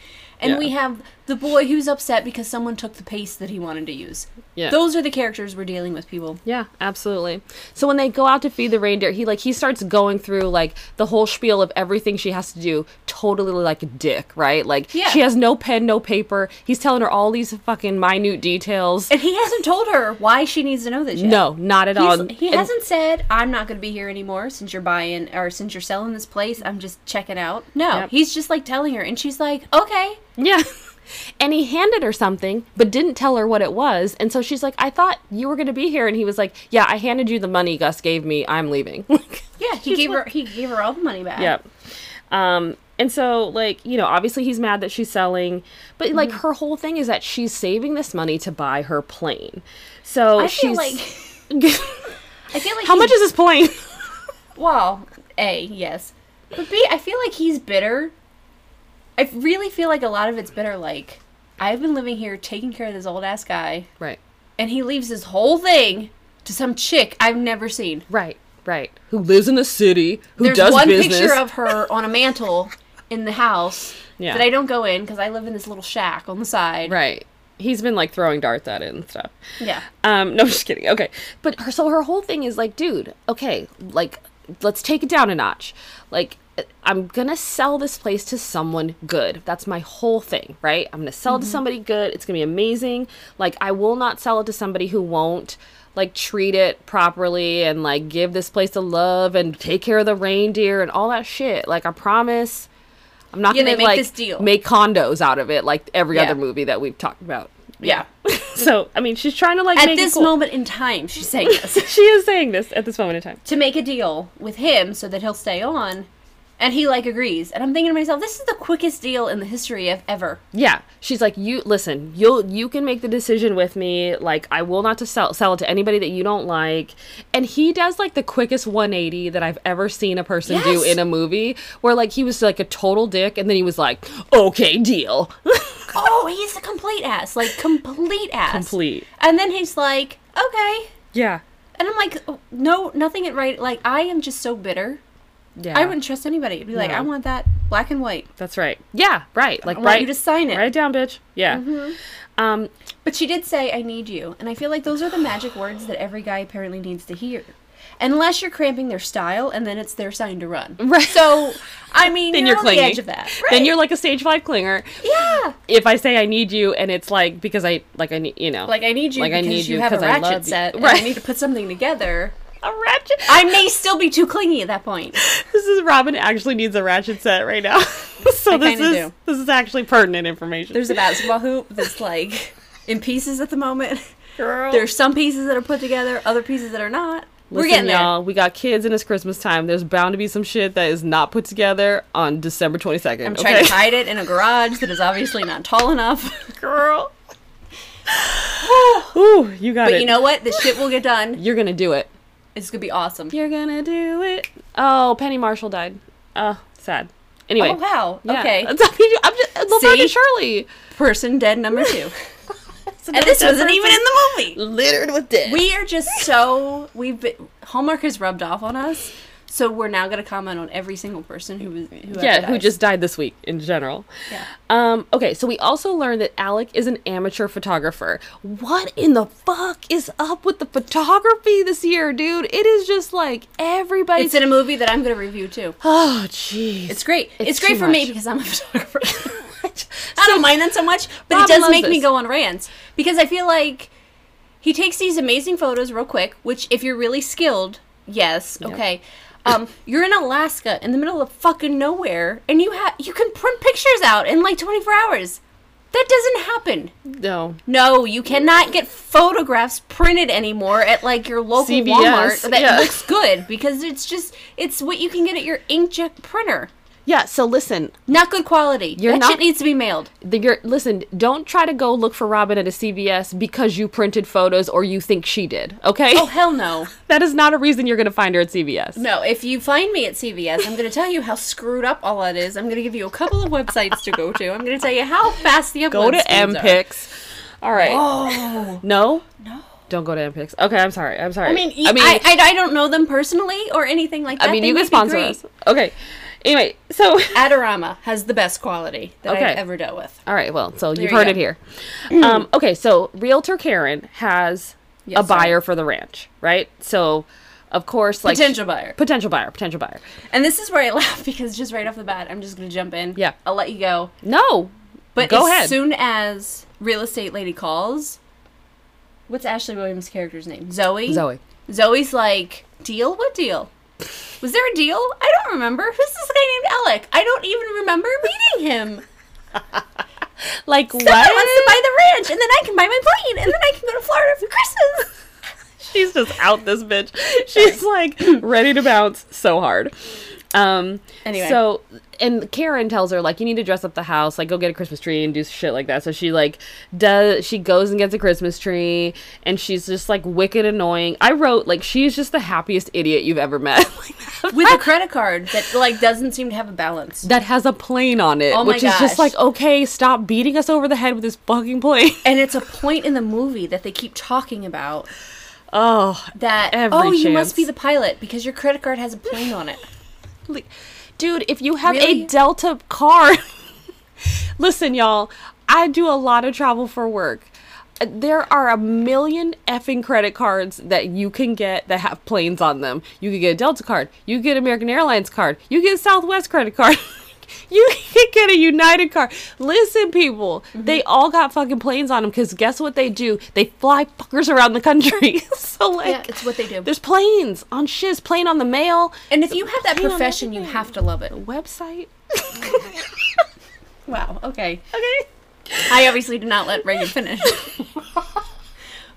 [SPEAKER 2] And
[SPEAKER 1] Yeah.
[SPEAKER 2] we have the boy who's upset because someone took the paste that he wanted to use.
[SPEAKER 1] Yeah.
[SPEAKER 2] Those are the characters we're dealing with, people.
[SPEAKER 1] Yeah, absolutely. So when they go out to feed the reindeer, he like he starts going through like the whole spiel of everything she has to do, totally like a dick, right? Like
[SPEAKER 2] Yeah.
[SPEAKER 1] she has no pen, no paper. He's telling her all these fucking minute details.
[SPEAKER 2] And he hasn't told her why she needs to know this yet.
[SPEAKER 1] No, not at
[SPEAKER 2] He's-
[SPEAKER 1] all.
[SPEAKER 2] he
[SPEAKER 1] And-
[SPEAKER 2] hasn't said, "I'm not going to be here anymore since you're buying or since you're selling this place. I'm just checking out." No,
[SPEAKER 1] Yep.
[SPEAKER 2] he's just like telling her, and she's like, "Okay."
[SPEAKER 1] Yeah. And he handed her something, but didn't tell her what it was. And so she's like, I thought you were going to be here. And he was like, Yeah, I handed you the money Gus gave me. I'm leaving.
[SPEAKER 2] Yeah, he gave her he gave her all the money back.
[SPEAKER 1] Yep. Um, and so, like, you know, obviously he's mad that she's selling, but like her whole thing is that she's saving this money to buy her plane. So
[SPEAKER 2] I feel
[SPEAKER 1] she's
[SPEAKER 2] like I feel like
[SPEAKER 1] how much is this plane?
[SPEAKER 2] well, a yes, but b I feel like he's bitter. I really feel like a lot of it's bitter. Like I've been living here, taking care of this old ass guy,
[SPEAKER 1] right,
[SPEAKER 2] and he leaves this whole thing to some chick I've never seen.
[SPEAKER 1] right, right. Who lives in the city? Who
[SPEAKER 2] There's
[SPEAKER 1] does
[SPEAKER 2] one
[SPEAKER 1] business?
[SPEAKER 2] picture of her on a mantle in the house
[SPEAKER 1] Yeah.
[SPEAKER 2] that I don't go in because I live in this little shack on the side.
[SPEAKER 1] right. He's been like throwing darts at it and stuff.
[SPEAKER 2] Yeah.
[SPEAKER 1] Um, no, just kidding. Okay, but her so her whole thing is like, dude, okay, like let's take it down a notch. Like I'm gonna sell this place to someone good. That's my whole thing, right? I'm gonna sell
[SPEAKER 2] Mm-hmm.
[SPEAKER 1] it to somebody good. It's gonna be amazing. Like I will not sell it to somebody who won't like treat it properly and like give this place the love and take care of the reindeer and all that shit. Like I promise, I'm not
[SPEAKER 2] Yeah, they
[SPEAKER 1] gonna
[SPEAKER 2] make
[SPEAKER 1] like
[SPEAKER 2] this deal.
[SPEAKER 1] make condos out of it like every
[SPEAKER 2] Yeah.
[SPEAKER 1] other movie that we've talked about.
[SPEAKER 2] Yeah.
[SPEAKER 1] So I mean, she's trying to like
[SPEAKER 2] At
[SPEAKER 1] make it
[SPEAKER 2] this
[SPEAKER 1] cool.
[SPEAKER 2] moment in time, she's saying this
[SPEAKER 1] she is saying this at this moment in time.
[SPEAKER 2] to make a deal with him so that he'll stay on. And he like agrees. And I'm thinking to myself, this is the quickest deal in the history of ever.
[SPEAKER 1] Yeah, she's like, you listen, you'll you can make the decision with me. Like, I will not to sell sell it to anybody that you don't like. And he does like the quickest 180 that I've ever seen a person do
[SPEAKER 2] Yes.
[SPEAKER 1] in a movie, where like he was like a total dick, and then he was like, okay, deal.
[SPEAKER 2] Oh, he's a complete ass. Like complete ass.
[SPEAKER 1] Complete.
[SPEAKER 2] And then he's like, okay.
[SPEAKER 1] yeah,
[SPEAKER 2] And I'm like, oh, no, nothing at right. Like I am just so bitter.
[SPEAKER 1] yeah.
[SPEAKER 2] I wouldn't trust anybody. I'd be like,
[SPEAKER 1] No.
[SPEAKER 2] I want that black and white.
[SPEAKER 1] That's right. Yeah, right. Like,
[SPEAKER 2] I
[SPEAKER 1] right.
[SPEAKER 2] want you to sign it.
[SPEAKER 1] Write it down, bitch. Yeah. Um.
[SPEAKER 2] But she did say, I need you. And I feel like those are the magic words that every guy apparently needs to hear. Unless you're cramping their style and then it's their sign to run.
[SPEAKER 1] Right.
[SPEAKER 2] So, I mean,
[SPEAKER 1] Then
[SPEAKER 2] you're,
[SPEAKER 1] you're,
[SPEAKER 2] on
[SPEAKER 1] clinging.
[SPEAKER 2] the edge of that. Right.
[SPEAKER 1] Then you're like a stage five clinger.
[SPEAKER 2] Yeah.
[SPEAKER 1] If I say I need you, and it's like because I like I need you know
[SPEAKER 2] Like, I need you
[SPEAKER 1] Like, I
[SPEAKER 2] because
[SPEAKER 1] need
[SPEAKER 2] you,
[SPEAKER 1] you
[SPEAKER 2] have a
[SPEAKER 1] 'cause I love
[SPEAKER 2] ratchet
[SPEAKER 1] you.
[SPEAKER 2] set. And I
[SPEAKER 1] Right.
[SPEAKER 2] need to put something together.
[SPEAKER 1] a ratchet.
[SPEAKER 2] I may still be too clingy at that point.
[SPEAKER 1] This is Robin actually needs a ratchet set right now. so
[SPEAKER 2] I
[SPEAKER 1] this
[SPEAKER 2] kinda
[SPEAKER 1] is
[SPEAKER 2] do.
[SPEAKER 1] this is actually pertinent information.
[SPEAKER 2] There's a basketball hoop that's like in pieces at the moment.
[SPEAKER 1] girl.
[SPEAKER 2] There's some pieces that are put together, other pieces that are not. We're
[SPEAKER 1] Listen,
[SPEAKER 2] getting there.
[SPEAKER 1] y'all. We got kids and it's Christmas time. There's bound to be some shit that is not put together on December 22nd.
[SPEAKER 2] I'm
[SPEAKER 1] okay?
[SPEAKER 2] trying to hide it in a garage that is obviously not tall enough.
[SPEAKER 1] girl. Ooh, you got
[SPEAKER 2] But
[SPEAKER 1] it.
[SPEAKER 2] you know what? This shit will get done.
[SPEAKER 1] you're gonna do it.
[SPEAKER 2] It's gonna be awesome.
[SPEAKER 1] You're gonna do it. Oh, Penny Marshall died. Oh, sad. Anyway.
[SPEAKER 2] Oh wow.
[SPEAKER 1] Yeah.
[SPEAKER 2] Okay.
[SPEAKER 1] I'm just LeBron
[SPEAKER 2] See?
[SPEAKER 1] and Shirley.
[SPEAKER 2] Person dead number two. and this wasn't even in the movie.
[SPEAKER 1] littered with dead.
[SPEAKER 2] We are just so we've been, Hallmark has rubbed off on us. So we're now going to comment on every single person who was who
[SPEAKER 1] yeah, who just died this week in general.
[SPEAKER 2] Yeah.
[SPEAKER 1] Um, okay, so we also learned that Alec is an amateur photographer. What in the fuck is up with the photography this year, dude? It is just like everybody's.
[SPEAKER 2] It's in a movie that I'm going to review too.
[SPEAKER 1] oh, jeez.
[SPEAKER 2] It's great. It's,
[SPEAKER 1] It's
[SPEAKER 2] great
[SPEAKER 1] too
[SPEAKER 2] for me
[SPEAKER 1] much.
[SPEAKER 2] because I'm a photographer. I don't mind that so much, but
[SPEAKER 1] Rob
[SPEAKER 2] it does
[SPEAKER 1] loves
[SPEAKER 2] make me
[SPEAKER 1] this.
[SPEAKER 2] go on rants because I feel like he takes these amazing photos real quick, which if you're really skilled, yes, okay. Um, you're in Alaska in the middle of fucking nowhere and you ha- you can print pictures out in like 24 hours. That doesn't happen.
[SPEAKER 1] no.
[SPEAKER 2] No, you cannot get photographs printed anymore at like your local
[SPEAKER 1] CVS,
[SPEAKER 2] Walmart that
[SPEAKER 1] yeah.
[SPEAKER 2] looks good because it's just it's what you can get at your inkjet printer.
[SPEAKER 1] Yeah, so listen,
[SPEAKER 2] Not good quality.
[SPEAKER 1] You're
[SPEAKER 2] that
[SPEAKER 1] not-
[SPEAKER 2] shit needs to be mailed.
[SPEAKER 1] the, you're, listen, don't try to go look for Robin at a CVS because you printed photos or you think she did, okay?
[SPEAKER 2] Oh hell no.
[SPEAKER 1] That is not a reason you're going to find her at CVS.
[SPEAKER 2] No, if you find me at CVS, I'm going to tell you how screwed up all that is. I'm going to give you a couple of websites to go to. I'm going to tell you how fast the upload
[SPEAKER 1] Go to
[SPEAKER 2] speeds are.
[SPEAKER 1] MPix. All right.
[SPEAKER 2] Oh
[SPEAKER 1] No?
[SPEAKER 2] no.
[SPEAKER 1] Don't go to MPix. Okay, I'm sorry. I'm sorry.
[SPEAKER 2] I mean, I mean, I, I, don't know them personally or anything like that.
[SPEAKER 1] I mean,
[SPEAKER 2] They
[SPEAKER 1] you
[SPEAKER 2] may
[SPEAKER 1] can
[SPEAKER 2] be
[SPEAKER 1] sponsor
[SPEAKER 2] great.
[SPEAKER 1] us. Okay. Anyway, so
[SPEAKER 2] Adorama has the best quality that
[SPEAKER 1] Okay.
[SPEAKER 2] I've ever dealt with.
[SPEAKER 1] all right. Well, so you've
[SPEAKER 2] you
[SPEAKER 1] heard
[SPEAKER 2] go.
[SPEAKER 1] it here. um, okay, so realtor Karen has
[SPEAKER 2] Yes,
[SPEAKER 1] a
[SPEAKER 2] sir.
[SPEAKER 1] buyer for the ranch, right? So, of course, like
[SPEAKER 2] Potential buyer.
[SPEAKER 1] potential buyer, potential buyer.
[SPEAKER 2] And this is where I laugh because just right off the bat, I'm just going to jump in.
[SPEAKER 1] Yeah.
[SPEAKER 2] I'll let you go.
[SPEAKER 1] No,
[SPEAKER 2] But
[SPEAKER 1] Go
[SPEAKER 2] as
[SPEAKER 1] ahead.
[SPEAKER 2] soon as real estate lady calls, what's Ashley Williams' character's name? Zoe.
[SPEAKER 1] Zoe.
[SPEAKER 2] Zoe's like, deal? What deal? Was there a deal? I don't remember. Who's this guy named Alec? I don't even remember meeting him.
[SPEAKER 1] Like
[SPEAKER 2] Someone
[SPEAKER 1] what?
[SPEAKER 2] wants to buy the ranch, and then I can buy my plane, and then I can go to Florida for Christmas.
[SPEAKER 1] She's just out this bitch. She's like ready to bounce so hard. Um
[SPEAKER 2] Anyway.
[SPEAKER 1] so and Karen tells her like you need to dress up the house, like go get a Christmas tree and do shit like that. So she like does she goes and gets a Christmas tree and she's just like wicked annoying. I wrote like she's just the happiest idiot you've ever met. Like,
[SPEAKER 2] With a credit card that like doesn't seem to have a balance.
[SPEAKER 1] that has a plane on it,
[SPEAKER 2] Oh my
[SPEAKER 1] which is just
[SPEAKER 2] gosh.
[SPEAKER 1] like okay, stop beating us over the head with this fucking plane.
[SPEAKER 2] And it's a point in the movie that they keep talking about
[SPEAKER 1] Oh,
[SPEAKER 2] that
[SPEAKER 1] Every
[SPEAKER 2] oh you
[SPEAKER 1] chance.
[SPEAKER 2] must be the pilot because your credit card has a plane on it.
[SPEAKER 1] Like, Dude, if you have a
[SPEAKER 2] Really?
[SPEAKER 1] Delta car, listen, y'all, I do a lot of travel for work. Uh, There are a million effing credit cards that you can get that have planes on them. You could get a Delta card, you could get American Airlines card, you could get a Southwest credit card. You can get a United card. Listen, people,
[SPEAKER 2] Mm-hmm.
[SPEAKER 1] they all got fucking planes on them because guess what they do? They fly fuckers around the country. so like,
[SPEAKER 2] Yeah, it's what they do.
[SPEAKER 1] There's planes on shiz, plane on the mail,
[SPEAKER 2] And if you have that
[SPEAKER 1] plane on
[SPEAKER 2] profession, you
[SPEAKER 1] everything.
[SPEAKER 2] have to love it.
[SPEAKER 1] website.
[SPEAKER 2] Wow. Okay.
[SPEAKER 1] Okay.
[SPEAKER 2] I obviously did not let Reagan finish.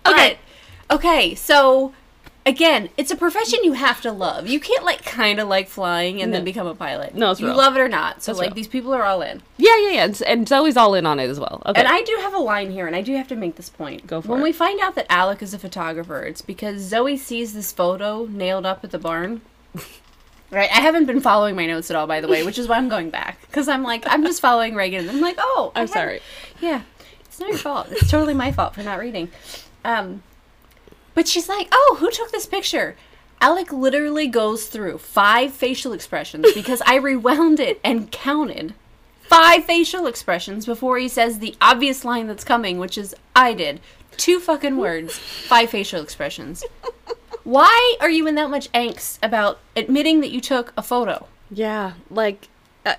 [SPEAKER 2] okay. Okay, so again, it's a profession you have to love. You can't like kind of like flying and then become a pilot.
[SPEAKER 1] No, it's
[SPEAKER 2] you
[SPEAKER 1] real.
[SPEAKER 2] love it or not. So
[SPEAKER 1] It's
[SPEAKER 2] like
[SPEAKER 1] real.
[SPEAKER 2] these people are all in.
[SPEAKER 1] Yeah, yeah, yeah. And, and Zoe's all in on it as well. Okay.
[SPEAKER 2] And I do have a line here, and I do have to make this point.
[SPEAKER 1] Go for
[SPEAKER 2] when
[SPEAKER 1] it.
[SPEAKER 2] we find out that Alec is a photographer, it's because Zoe sees this photo nailed up at the barn. right. I haven't been following my notes at all, by the way, which is why I'm going back because I'm like I'm just following Reagan, and I'm like, oh, I
[SPEAKER 1] I'm
[SPEAKER 2] haven't-
[SPEAKER 1] sorry.
[SPEAKER 2] Yeah, it's not your fault. It's totally my fault for not reading. Um, but she's like, oh, who took this picture? Alec literally goes through five facial expressions because I rewound it and counted five facial expressions before he says the obvious line that's coming, which is, I did. Two fucking words, five facial expressions. Why are you in that much angst about admitting that you took a photo?
[SPEAKER 1] yeah, like uh,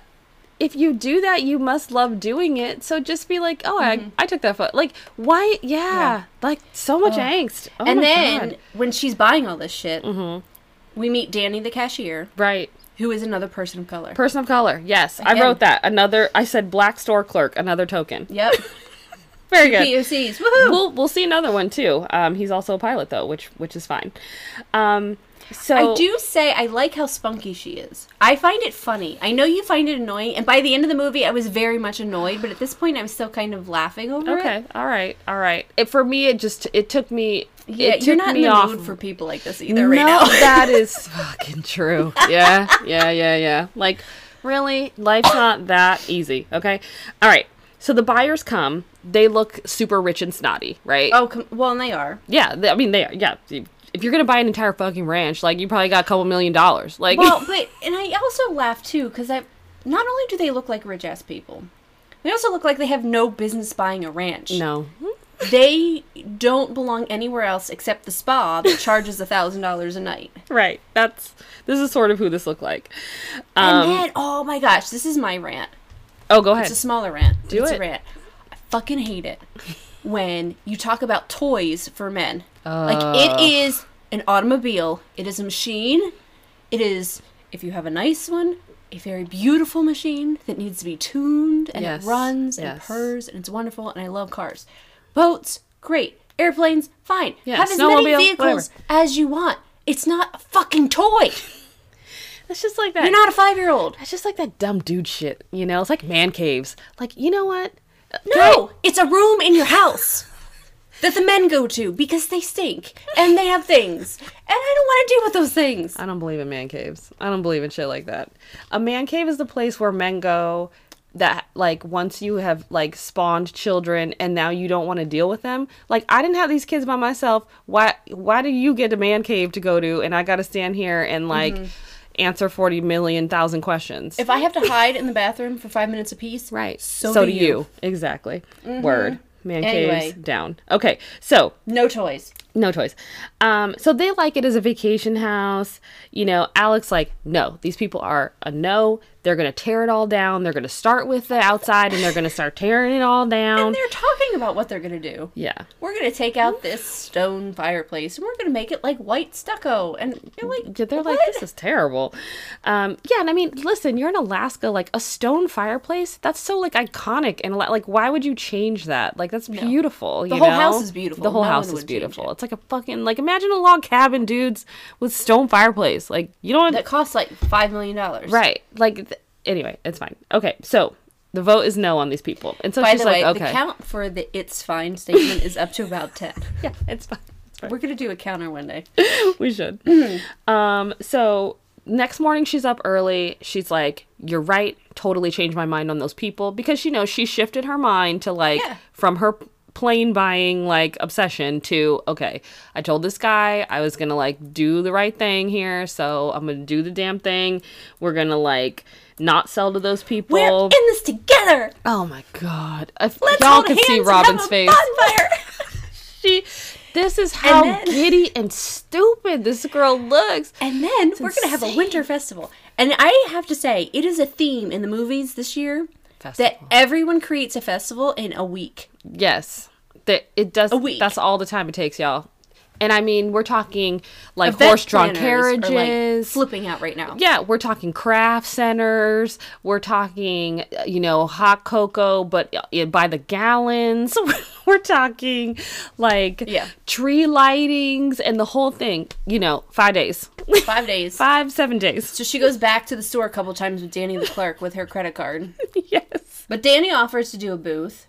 [SPEAKER 1] if you do that, you must love doing it. So just be like, oh, I, I took that photo. Like, why? Yeah, like so much angst. Oh
[SPEAKER 2] and
[SPEAKER 1] my
[SPEAKER 2] then
[SPEAKER 1] God. Mm-hmm.
[SPEAKER 2] when she's buying all this shit, we meet Danny the cashier,
[SPEAKER 1] right,
[SPEAKER 2] who is another person of color.
[SPEAKER 1] person of color. Yes, I
[SPEAKER 2] Again.
[SPEAKER 1] wrote that. Another, I said black store clerk. Another token.
[SPEAKER 2] yep.
[SPEAKER 1] Very good.
[SPEAKER 2] POCs. Woohoo!
[SPEAKER 1] We'll we'll see another one too. Um, he's also a pilot though, which which is fine. Um, so
[SPEAKER 2] I do say I like how spunky she is. I find it funny. I know you find it annoying, and by the end of the movie, I was very much annoyed. But at this point, I'm still kind of laughing over it.
[SPEAKER 1] Okay, all right, all right. It, for me, it just it took me.
[SPEAKER 2] Yeah,
[SPEAKER 1] it
[SPEAKER 2] you're
[SPEAKER 1] took
[SPEAKER 2] not in
[SPEAKER 1] me
[SPEAKER 2] the
[SPEAKER 1] off
[SPEAKER 2] mood for people like this either right
[SPEAKER 1] no,
[SPEAKER 2] now.
[SPEAKER 1] that is fucking true. Yeah, yeah, yeah, yeah. Like, really, life's not that easy. Okay, all right. So the buyers come. They look super rich and snotty, right?
[SPEAKER 2] oh, come, well, and they are.
[SPEAKER 1] yeah. They, I mean, they are. Yeah, you- if you're gonna buy an entire fucking ranch, like you probably got a couple million dollars. Like
[SPEAKER 2] Well, but and I also laugh too because I not only do they look like rich ass people, they also look like they have no business buying a ranch.
[SPEAKER 1] no.
[SPEAKER 2] They don't belong anywhere else except the spa that charges a thousand dollars a night.
[SPEAKER 1] Right. That's this is sort of who this looked like.
[SPEAKER 2] and then, oh my gosh, this is my rant.
[SPEAKER 1] Oh, go ahead.
[SPEAKER 2] It's a smaller rant. but
[SPEAKER 1] Do
[SPEAKER 2] it's
[SPEAKER 1] it.
[SPEAKER 2] a rant. I fucking hate it when you talk about toys for men. like it is an automobile. It is a machine. It is if you have a nice one, a very beautiful machine that needs to be tuned and
[SPEAKER 1] Yes,
[SPEAKER 2] it runs and
[SPEAKER 1] yes.
[SPEAKER 2] it purrs and it's wonderful and I love cars. Boats, great. Airplanes, fine.
[SPEAKER 1] Yeah,
[SPEAKER 2] have as
[SPEAKER 1] snowmobile,
[SPEAKER 2] many vehicles as you want. It's not a fucking toy.
[SPEAKER 1] It's just like that.
[SPEAKER 2] You're not a five year old.
[SPEAKER 1] it's just like that dumb dude shit. You know, it's like man caves. Like you know what?
[SPEAKER 2] No, it's a room in your house that the men go to because they stink and they have things. And I don't want to deal with those things.
[SPEAKER 1] I don't believe in man caves. I don't believe in shit like that. A man cave is the place where men go that like once you have like spawned children and now you don't want to deal with them. Like I didn't have these kids by myself. Why why do you get a man cave to go to and I got to stand here and like answer 40 million thousand questions?
[SPEAKER 2] Mm-hmm. If I have to hide in the bathroom for five minutes apiece,
[SPEAKER 1] right.
[SPEAKER 2] So, Mm-hmm.
[SPEAKER 1] do you. Exactly. Word. Man
[SPEAKER 2] Anyway.
[SPEAKER 1] caves down. Okay. So,
[SPEAKER 2] No toys.
[SPEAKER 1] no toys. Um, so they like it as a vacation house. You know, Alex like, no, these people are a no. They're gonna tear it all down. They're gonna start with the outside and they're gonna start tearing it all down.
[SPEAKER 2] And they're talking about what they're gonna do.
[SPEAKER 1] Yeah.
[SPEAKER 2] We're gonna take out this stone fireplace and we're gonna make it like white stucco. And you're like,
[SPEAKER 1] Yeah, they're like, this is terrible. Um, yeah, and I mean, listen, you're in Alaska, like a stone fireplace. That's so like iconic, and like, why would you change that? Like, that's beautiful. The
[SPEAKER 2] whole house is beautiful.
[SPEAKER 1] The whole
[SPEAKER 2] No
[SPEAKER 1] house
[SPEAKER 2] one
[SPEAKER 1] is
[SPEAKER 2] would change
[SPEAKER 1] beautiful. It's like a fucking like imagine a log cabin, dudes, with stone fireplace. Like, you don't
[SPEAKER 2] that costs like five million dollars.
[SPEAKER 1] Right. Like, th- anyway, it's fine. Okay, so the vote is no on these people. And so
[SPEAKER 2] By
[SPEAKER 1] she's
[SPEAKER 2] the way,
[SPEAKER 1] like,
[SPEAKER 2] the
[SPEAKER 1] okay.
[SPEAKER 2] count for the it's fine statement is up to about ten.
[SPEAKER 1] yeah, it's fine. It's fine.
[SPEAKER 2] We're gonna do a counter one day.
[SPEAKER 1] we should. um, so next morning she's up early. She's like, You're right, totally changed my mind on those people because you know, she shifted her mind to like
[SPEAKER 2] Yeah.
[SPEAKER 1] from her plane buying like obsession to okay, I told this guy I was gonna like do the right thing here, so I'm gonna do the damn thing. We're gonna like not sell to those people.
[SPEAKER 2] We're in this together.
[SPEAKER 1] Oh my god! If
[SPEAKER 2] Let's
[SPEAKER 1] y'all
[SPEAKER 2] hold
[SPEAKER 1] can see
[SPEAKER 2] hands and
[SPEAKER 1] Robin's
[SPEAKER 2] have a
[SPEAKER 1] face.
[SPEAKER 2] bonfire.
[SPEAKER 1] She, this is how
[SPEAKER 2] then-
[SPEAKER 1] giddy and stupid this girl looks.
[SPEAKER 2] and then we're gonna have a winter festival. And I have to say, it is a theme in the movies this year
[SPEAKER 1] Festival.
[SPEAKER 2] that everyone creates a festival in a week.
[SPEAKER 1] Yes, that it does.
[SPEAKER 2] week.
[SPEAKER 1] That's all the time it takes, y'all. And I mean, we're talking like
[SPEAKER 2] Event
[SPEAKER 1] horse-drawn
[SPEAKER 2] planners are, like,
[SPEAKER 1] carriages.
[SPEAKER 2] flipping out right now.
[SPEAKER 1] yeah, we're talking craft centers. We're talking, uh, you know, hot cocoa, but uh, by the gallons. we're talking like
[SPEAKER 2] Yeah.
[SPEAKER 1] tree lightings and the whole thing. You know, five days,
[SPEAKER 2] Five days.
[SPEAKER 1] five seven days.
[SPEAKER 2] So she goes back to the store a couple times with Danny the clerk with her credit card.
[SPEAKER 1] yes.
[SPEAKER 2] But Danny offers to do a booth.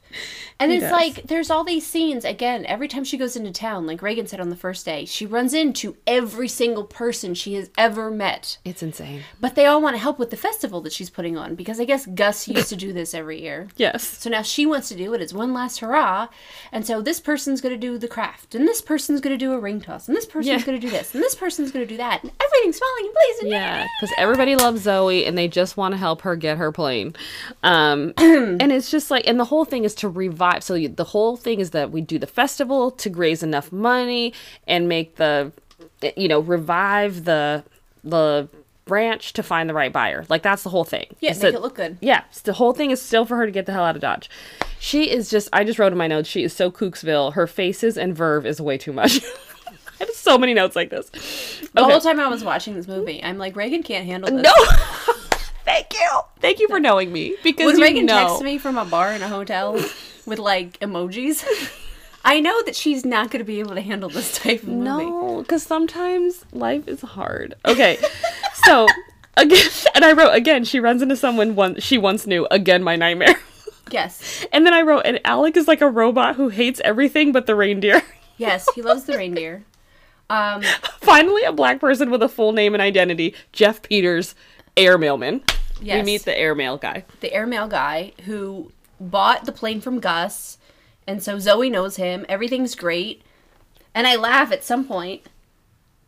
[SPEAKER 2] And it's
[SPEAKER 1] does.
[SPEAKER 2] like there's all these scenes again every time she goes into town like Reagan said on the first day she runs into every single person she has ever met
[SPEAKER 1] It's insane.
[SPEAKER 2] But they all want to help with the festival that she's putting on because I guess Gus used to do this every year.
[SPEAKER 1] Yes.
[SPEAKER 2] So now she wants to do it. It's one last hurrah. And so this person's going to do the craft, and this person's going to do a ring toss, and this person's
[SPEAKER 1] Yeah.
[SPEAKER 2] going to do this, and this person's going to do that, and everything's falling in place. And
[SPEAKER 1] Yeah, because everybody loves Zoe and they just want to help her get her plane. Um, and it's just like, and the whole thing is to revive. So you, the whole thing is that we do the festival to raise enough money and make the, you know, revive the the ranch to find the right buyer. Like that's the whole thing.
[SPEAKER 2] Yeah,
[SPEAKER 1] Is
[SPEAKER 2] make
[SPEAKER 1] that-
[SPEAKER 2] it look good.
[SPEAKER 1] yeah, s- the whole thing is still for her to get the hell out of Dodge. She is just, I just wrote in my notes, she is so Kooksville. Her faces and verve is way too much. I have so many notes like this.
[SPEAKER 2] The
[SPEAKER 1] Okay.
[SPEAKER 2] whole time I was watching this movie, I'm like, Reagan can't handle this.
[SPEAKER 1] No. Thank you. Thank you for knowing me because
[SPEAKER 2] When
[SPEAKER 1] you
[SPEAKER 2] Reagan
[SPEAKER 1] know.
[SPEAKER 2] texts me from a bar in a hotel with like emojis, I know that she's not going to be able to handle this type of movie.
[SPEAKER 1] No, because sometimes life is hard. Okay, so again, and I wrote again. She runs into someone once she once knew. Again, my nightmare.
[SPEAKER 2] Yes.
[SPEAKER 1] And then I wrote, and Alec is like a robot who hates everything but the reindeer.
[SPEAKER 2] Yes, he loves the reindeer. Um,
[SPEAKER 1] Finally, a black person with a full name and identity. Jeff Peters, airmailman. We
[SPEAKER 2] Yes.
[SPEAKER 1] meet the airmail guy.
[SPEAKER 2] the airmail guy who bought the plane from Gus, and so Zoe knows him. Everything's great, and I laugh at some point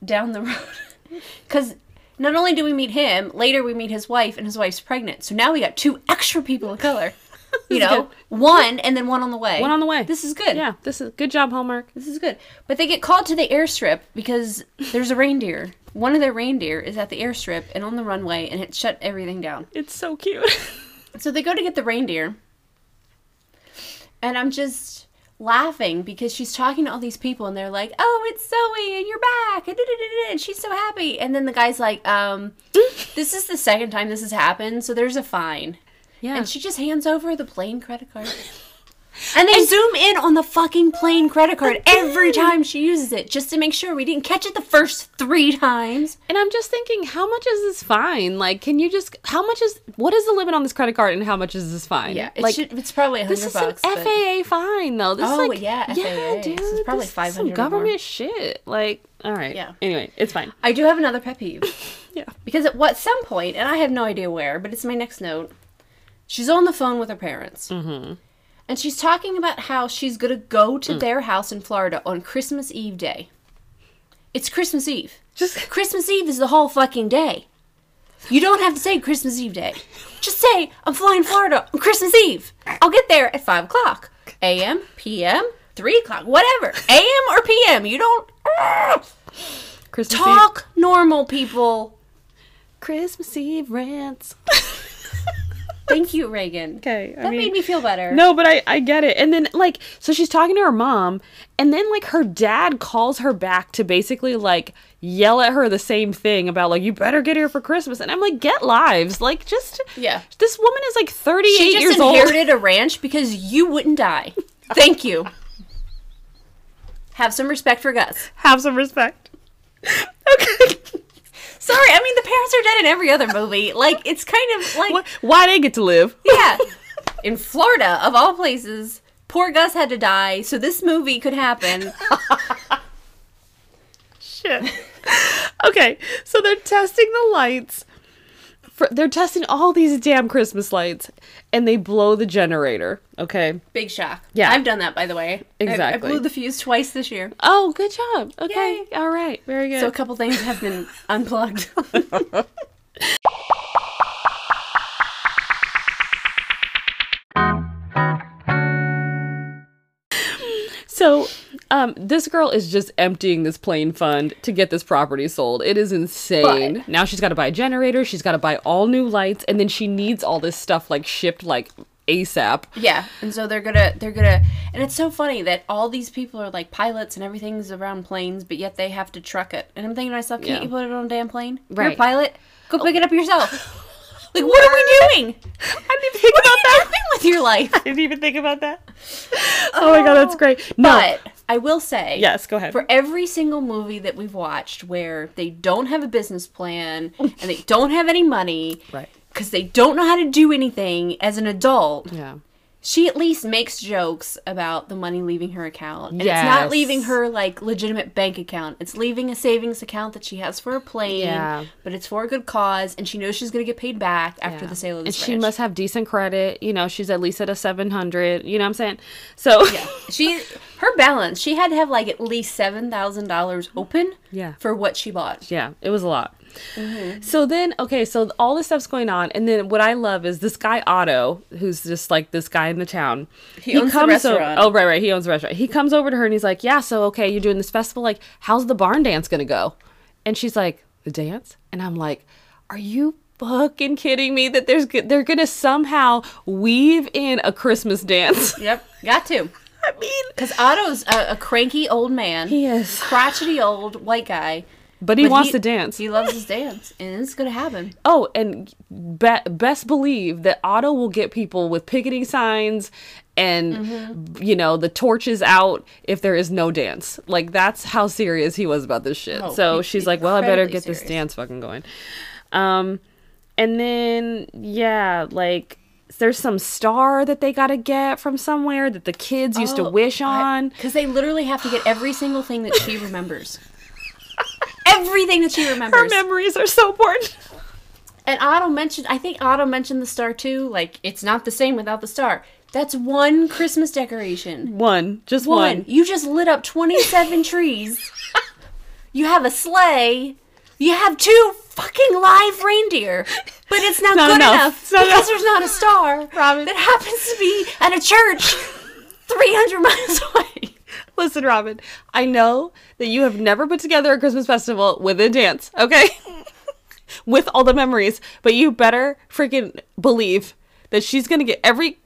[SPEAKER 2] down the road. Because not only do we meet him, later we meet his wife, and his wife's pregnant. So now we got two extra people of color. You
[SPEAKER 1] This is
[SPEAKER 2] know, one and then one on the way.
[SPEAKER 1] One on the way.
[SPEAKER 2] This is good.
[SPEAKER 1] Yeah, this is good job, Hallmark.
[SPEAKER 2] This is good. But they get called to the airstrip because there's a reindeer. One of their reindeer is at the airstrip and on the runway, and it shut everything down.
[SPEAKER 1] It's so cute.
[SPEAKER 2] So they go to get the reindeer. And I'm just laughing because she's talking to all these people and they're like, "Oh, it's Zoe and you're back." And, da-da-da-da-da, and she's so happy. And then the guy's like, "Um, this is the second time this has happened, so there's a fine."
[SPEAKER 1] yeah.
[SPEAKER 2] And she just hands over the plain credit card. And they zoom in on the fucking plain credit card every time she uses it just to make sure we didn't catch it the first 3 times.
[SPEAKER 1] and I'm just thinking, how much is this fine? Like, can you just, how much is, what is the limit on this credit card and how much is this fine?
[SPEAKER 2] it
[SPEAKER 1] like,
[SPEAKER 2] should, it's probably 100
[SPEAKER 1] this is
[SPEAKER 2] bucks.
[SPEAKER 1] an
[SPEAKER 2] but-
[SPEAKER 1] FAA fine, though. This
[SPEAKER 2] Oh,
[SPEAKER 1] is like,
[SPEAKER 2] yeah, FAA.
[SPEAKER 1] yeah, dude.
[SPEAKER 2] This is probably
[SPEAKER 1] this is
[SPEAKER 2] 500 or
[SPEAKER 1] some
[SPEAKER 2] more.
[SPEAKER 1] government shit. Like, all right.
[SPEAKER 2] Yeah.
[SPEAKER 1] Anyway, it's fine.
[SPEAKER 2] I do have another pet peeve.
[SPEAKER 1] Yeah.
[SPEAKER 2] Because at what some point, and I have no idea where, but it's my next note. She's on the phone with her parents, mm-hmm. and she's talking about how she's gonna go to
[SPEAKER 1] Mm.
[SPEAKER 2] their house in Florida on Christmas Eve day. It's Christmas Eve.
[SPEAKER 1] Just,
[SPEAKER 2] Christmas Eve is the whole fucking day. You don't have to say Christmas Eve day. Just say I'm flying to Florida on Christmas Eve. I'll get there at five o'clock a.m., p.m., three o'clock, whatever, a.m. or p.m. You don't
[SPEAKER 1] Christmas Eve.
[SPEAKER 2] talk normal, people.
[SPEAKER 1] Christmas Eve rants.
[SPEAKER 2] Thank you, Reagan.
[SPEAKER 1] Okay, I
[SPEAKER 2] that
[SPEAKER 1] mean-
[SPEAKER 2] made me feel better.
[SPEAKER 1] No, but I, I get it. And then, like, so she's talking to her mom, and then, like, her dad calls her back to basically, like, yell at her the same thing about, like, you better get here for Christmas. And I'm like, get lives. Like, just.
[SPEAKER 2] Yeah.
[SPEAKER 1] This woman is, like, 38
[SPEAKER 2] she just
[SPEAKER 1] years old.
[SPEAKER 2] inherited a ranch because you wouldn't die. Thank you. Have some respect for Gus.
[SPEAKER 1] Have some respect. okay.
[SPEAKER 2] Sorry, I mean the parents are dead in every other movie. Like it's kind of like
[SPEAKER 1] Wh- Why they get to live?
[SPEAKER 2] yeah, in Florida of all places, poor Gus had to die, so this movie could happen.
[SPEAKER 1] Shit. okay, so they're testing the lights. For, they're testing all these damn Christmas lights, and they blow the generator. Okay.
[SPEAKER 2] Big shock.
[SPEAKER 1] Yeah.
[SPEAKER 2] I've done that by the way. I-
[SPEAKER 1] Exactly.
[SPEAKER 2] I, blew the fuse twice this year,
[SPEAKER 1] Oh, good job. Okay.
[SPEAKER 2] Yay.
[SPEAKER 1] All right. Very good.
[SPEAKER 2] so a couple things have been unplugged.
[SPEAKER 1] So, um, this girl is just emptying this plane fund to get this property sold. It is insane. now she's got to buy a generator. She's got to buy all new lights, and then she needs all this stuff like shipped like ASAP.
[SPEAKER 2] Yeah, and so they're gonna they're gonna, and it's so funny that all these people are like pilots and everything's around planes, but yet they have to truck it. And I'm thinking to myself, can't
[SPEAKER 1] Yeah.
[SPEAKER 2] you put it on a damn plane? You're a
[SPEAKER 1] Right.
[SPEAKER 2] pilot. Go pick it up yourself. Like, what are we doing?
[SPEAKER 1] I didn't even think
[SPEAKER 2] What
[SPEAKER 1] about
[SPEAKER 2] are you doing with your life?
[SPEAKER 1] I didn't even think about that. Oh my god, that's great. No.
[SPEAKER 2] But I will say,
[SPEAKER 1] yes, go ahead.
[SPEAKER 2] for every single movie that we've watched where they don't have a business plan and they don't have any money,
[SPEAKER 1] Right.
[SPEAKER 2] Because they don't know how to do anything as an adult.
[SPEAKER 1] yeah.
[SPEAKER 2] she at least makes jokes about the money leaving her account. And it's not
[SPEAKER 1] Yes.
[SPEAKER 2] leaving her like legitimate bank account. It's leaving a savings account that she has for a plane,
[SPEAKER 1] Yeah.
[SPEAKER 2] but it's for a good cause and she knows she's going to get paid back after
[SPEAKER 1] Yeah.
[SPEAKER 2] the sale of
[SPEAKER 1] and
[SPEAKER 2] this
[SPEAKER 1] she
[SPEAKER 2] ranch.
[SPEAKER 1] must have decent credit. You know, she's at least at a 700. You know what I'm saying? So,
[SPEAKER 2] yeah. She her balance, she had to have like at least $7,000 open
[SPEAKER 1] Yeah.
[SPEAKER 2] for what she bought.
[SPEAKER 1] Yeah, it was a lot. So then, okay, so all this stuff's going on, and then what I love is this guy Otto, who's just like this guy in the town. He,
[SPEAKER 2] owns the
[SPEAKER 1] Over,
[SPEAKER 2] restaurant.
[SPEAKER 1] oh, right, right. He owns a restaurant. He comes over to her and he's like, "Yeah, so okay, you're doing this festival. Like, how's the barn dance gonna go?" And she's like, "The dance?" And I'm like, "Are you?" Fucking kidding me that there's go- they're gonna somehow weave in a Christmas dance.
[SPEAKER 2] Yep. Got to.
[SPEAKER 1] I mean,
[SPEAKER 2] Cuz Otto's a, a cranky old man.
[SPEAKER 1] he is,
[SPEAKER 2] Crotchety old white guy.
[SPEAKER 1] but he wants to dance.
[SPEAKER 2] He loves his dance, and it's gonna happen.
[SPEAKER 1] Oh, and be- best believe that Otto will get people with picketing signs and you know the torches out if there is no dance. Like that's how serious he was about this shit.
[SPEAKER 2] Oh,
[SPEAKER 1] so
[SPEAKER 2] he's
[SPEAKER 1] she's like, "Well, I better
[SPEAKER 2] incredibly
[SPEAKER 1] get this
[SPEAKER 2] serious.
[SPEAKER 1] dance fucking going." Um, and then yeah, like there's some star that they got to get from somewhere that the kids used to wish on.
[SPEAKER 2] Because Oh, they literally have to get every single thing that she remembers. Everything that she
[SPEAKER 1] Her
[SPEAKER 2] remembers.
[SPEAKER 1] memories are so important.
[SPEAKER 2] and Otto mentioned, I think Otto mentioned the star too. Like, it's not the same without the star. That's one Christmas decoration.
[SPEAKER 1] One, just
[SPEAKER 2] One.
[SPEAKER 1] one.
[SPEAKER 2] You just lit up 27 trees. you have a sleigh, you have two fucking live reindeer, but it's not,
[SPEAKER 1] Not
[SPEAKER 2] good
[SPEAKER 1] enough.
[SPEAKER 2] enough,
[SPEAKER 1] It's not
[SPEAKER 2] because
[SPEAKER 1] enough.
[SPEAKER 2] there's not a star
[SPEAKER 1] Robin.
[SPEAKER 2] that happens to be at a church 300 miles away.
[SPEAKER 1] Listen, Robin, I know that you have never put together a Christmas festival with a dance, okay? with all the memories, but you better freaking believe that she's gonna get every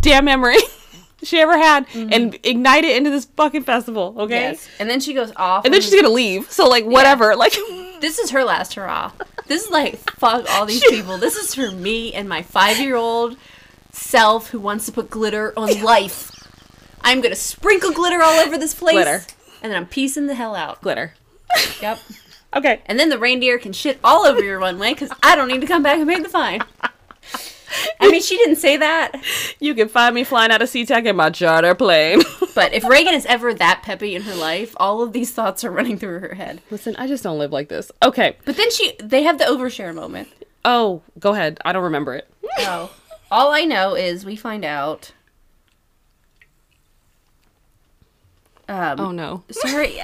[SPEAKER 1] damn memory she ever had
[SPEAKER 2] Mm-hmm.
[SPEAKER 1] and ignite it into this fucking festival, okay?
[SPEAKER 2] And then she goes off.
[SPEAKER 1] And then she's gonna leave. So like whatever, like
[SPEAKER 2] This is her last hurrah. This is like fuck all these people. This is for me and my five year old self who wants to put glitter on life. I'm gonna sprinkle glitter all over this place.
[SPEAKER 1] Glitter.
[SPEAKER 2] And then I'm piecing the hell out.
[SPEAKER 1] glitter.
[SPEAKER 2] Yep.
[SPEAKER 1] Okay.
[SPEAKER 2] And then the reindeer can shit all over your runway because I don't need to come back and pay the fine. I mean, she didn't say that,
[SPEAKER 1] You can find me flying out of SeaTac in my charter plane.
[SPEAKER 2] but if Reagan is ever that peppy in her life, all of these thoughts are running through her head.
[SPEAKER 1] Listen, I just don't live like this. Okay.
[SPEAKER 2] But then she, they have the overshare moment.
[SPEAKER 1] Oh, go ahead. I don't remember it.
[SPEAKER 2] Oh. All I know is we find out. Um,
[SPEAKER 1] Oh no.
[SPEAKER 2] Sorry.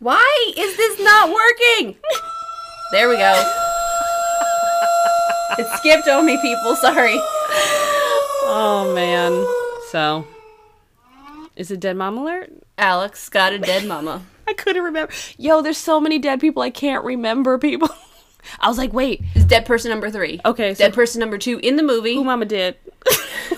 [SPEAKER 2] Why is this not working? There we go. It skipped on me, people. Sorry.
[SPEAKER 1] Oh man. So, is it dead mom alert?
[SPEAKER 2] Alex got a dead mama.
[SPEAKER 1] I couldn't remember. Yo, there's so many dead people. I can't remember people. I was like, wait,
[SPEAKER 2] It's dead person number three.
[SPEAKER 1] Okay, so-
[SPEAKER 2] Dead person number two in the movie,
[SPEAKER 1] who mama did?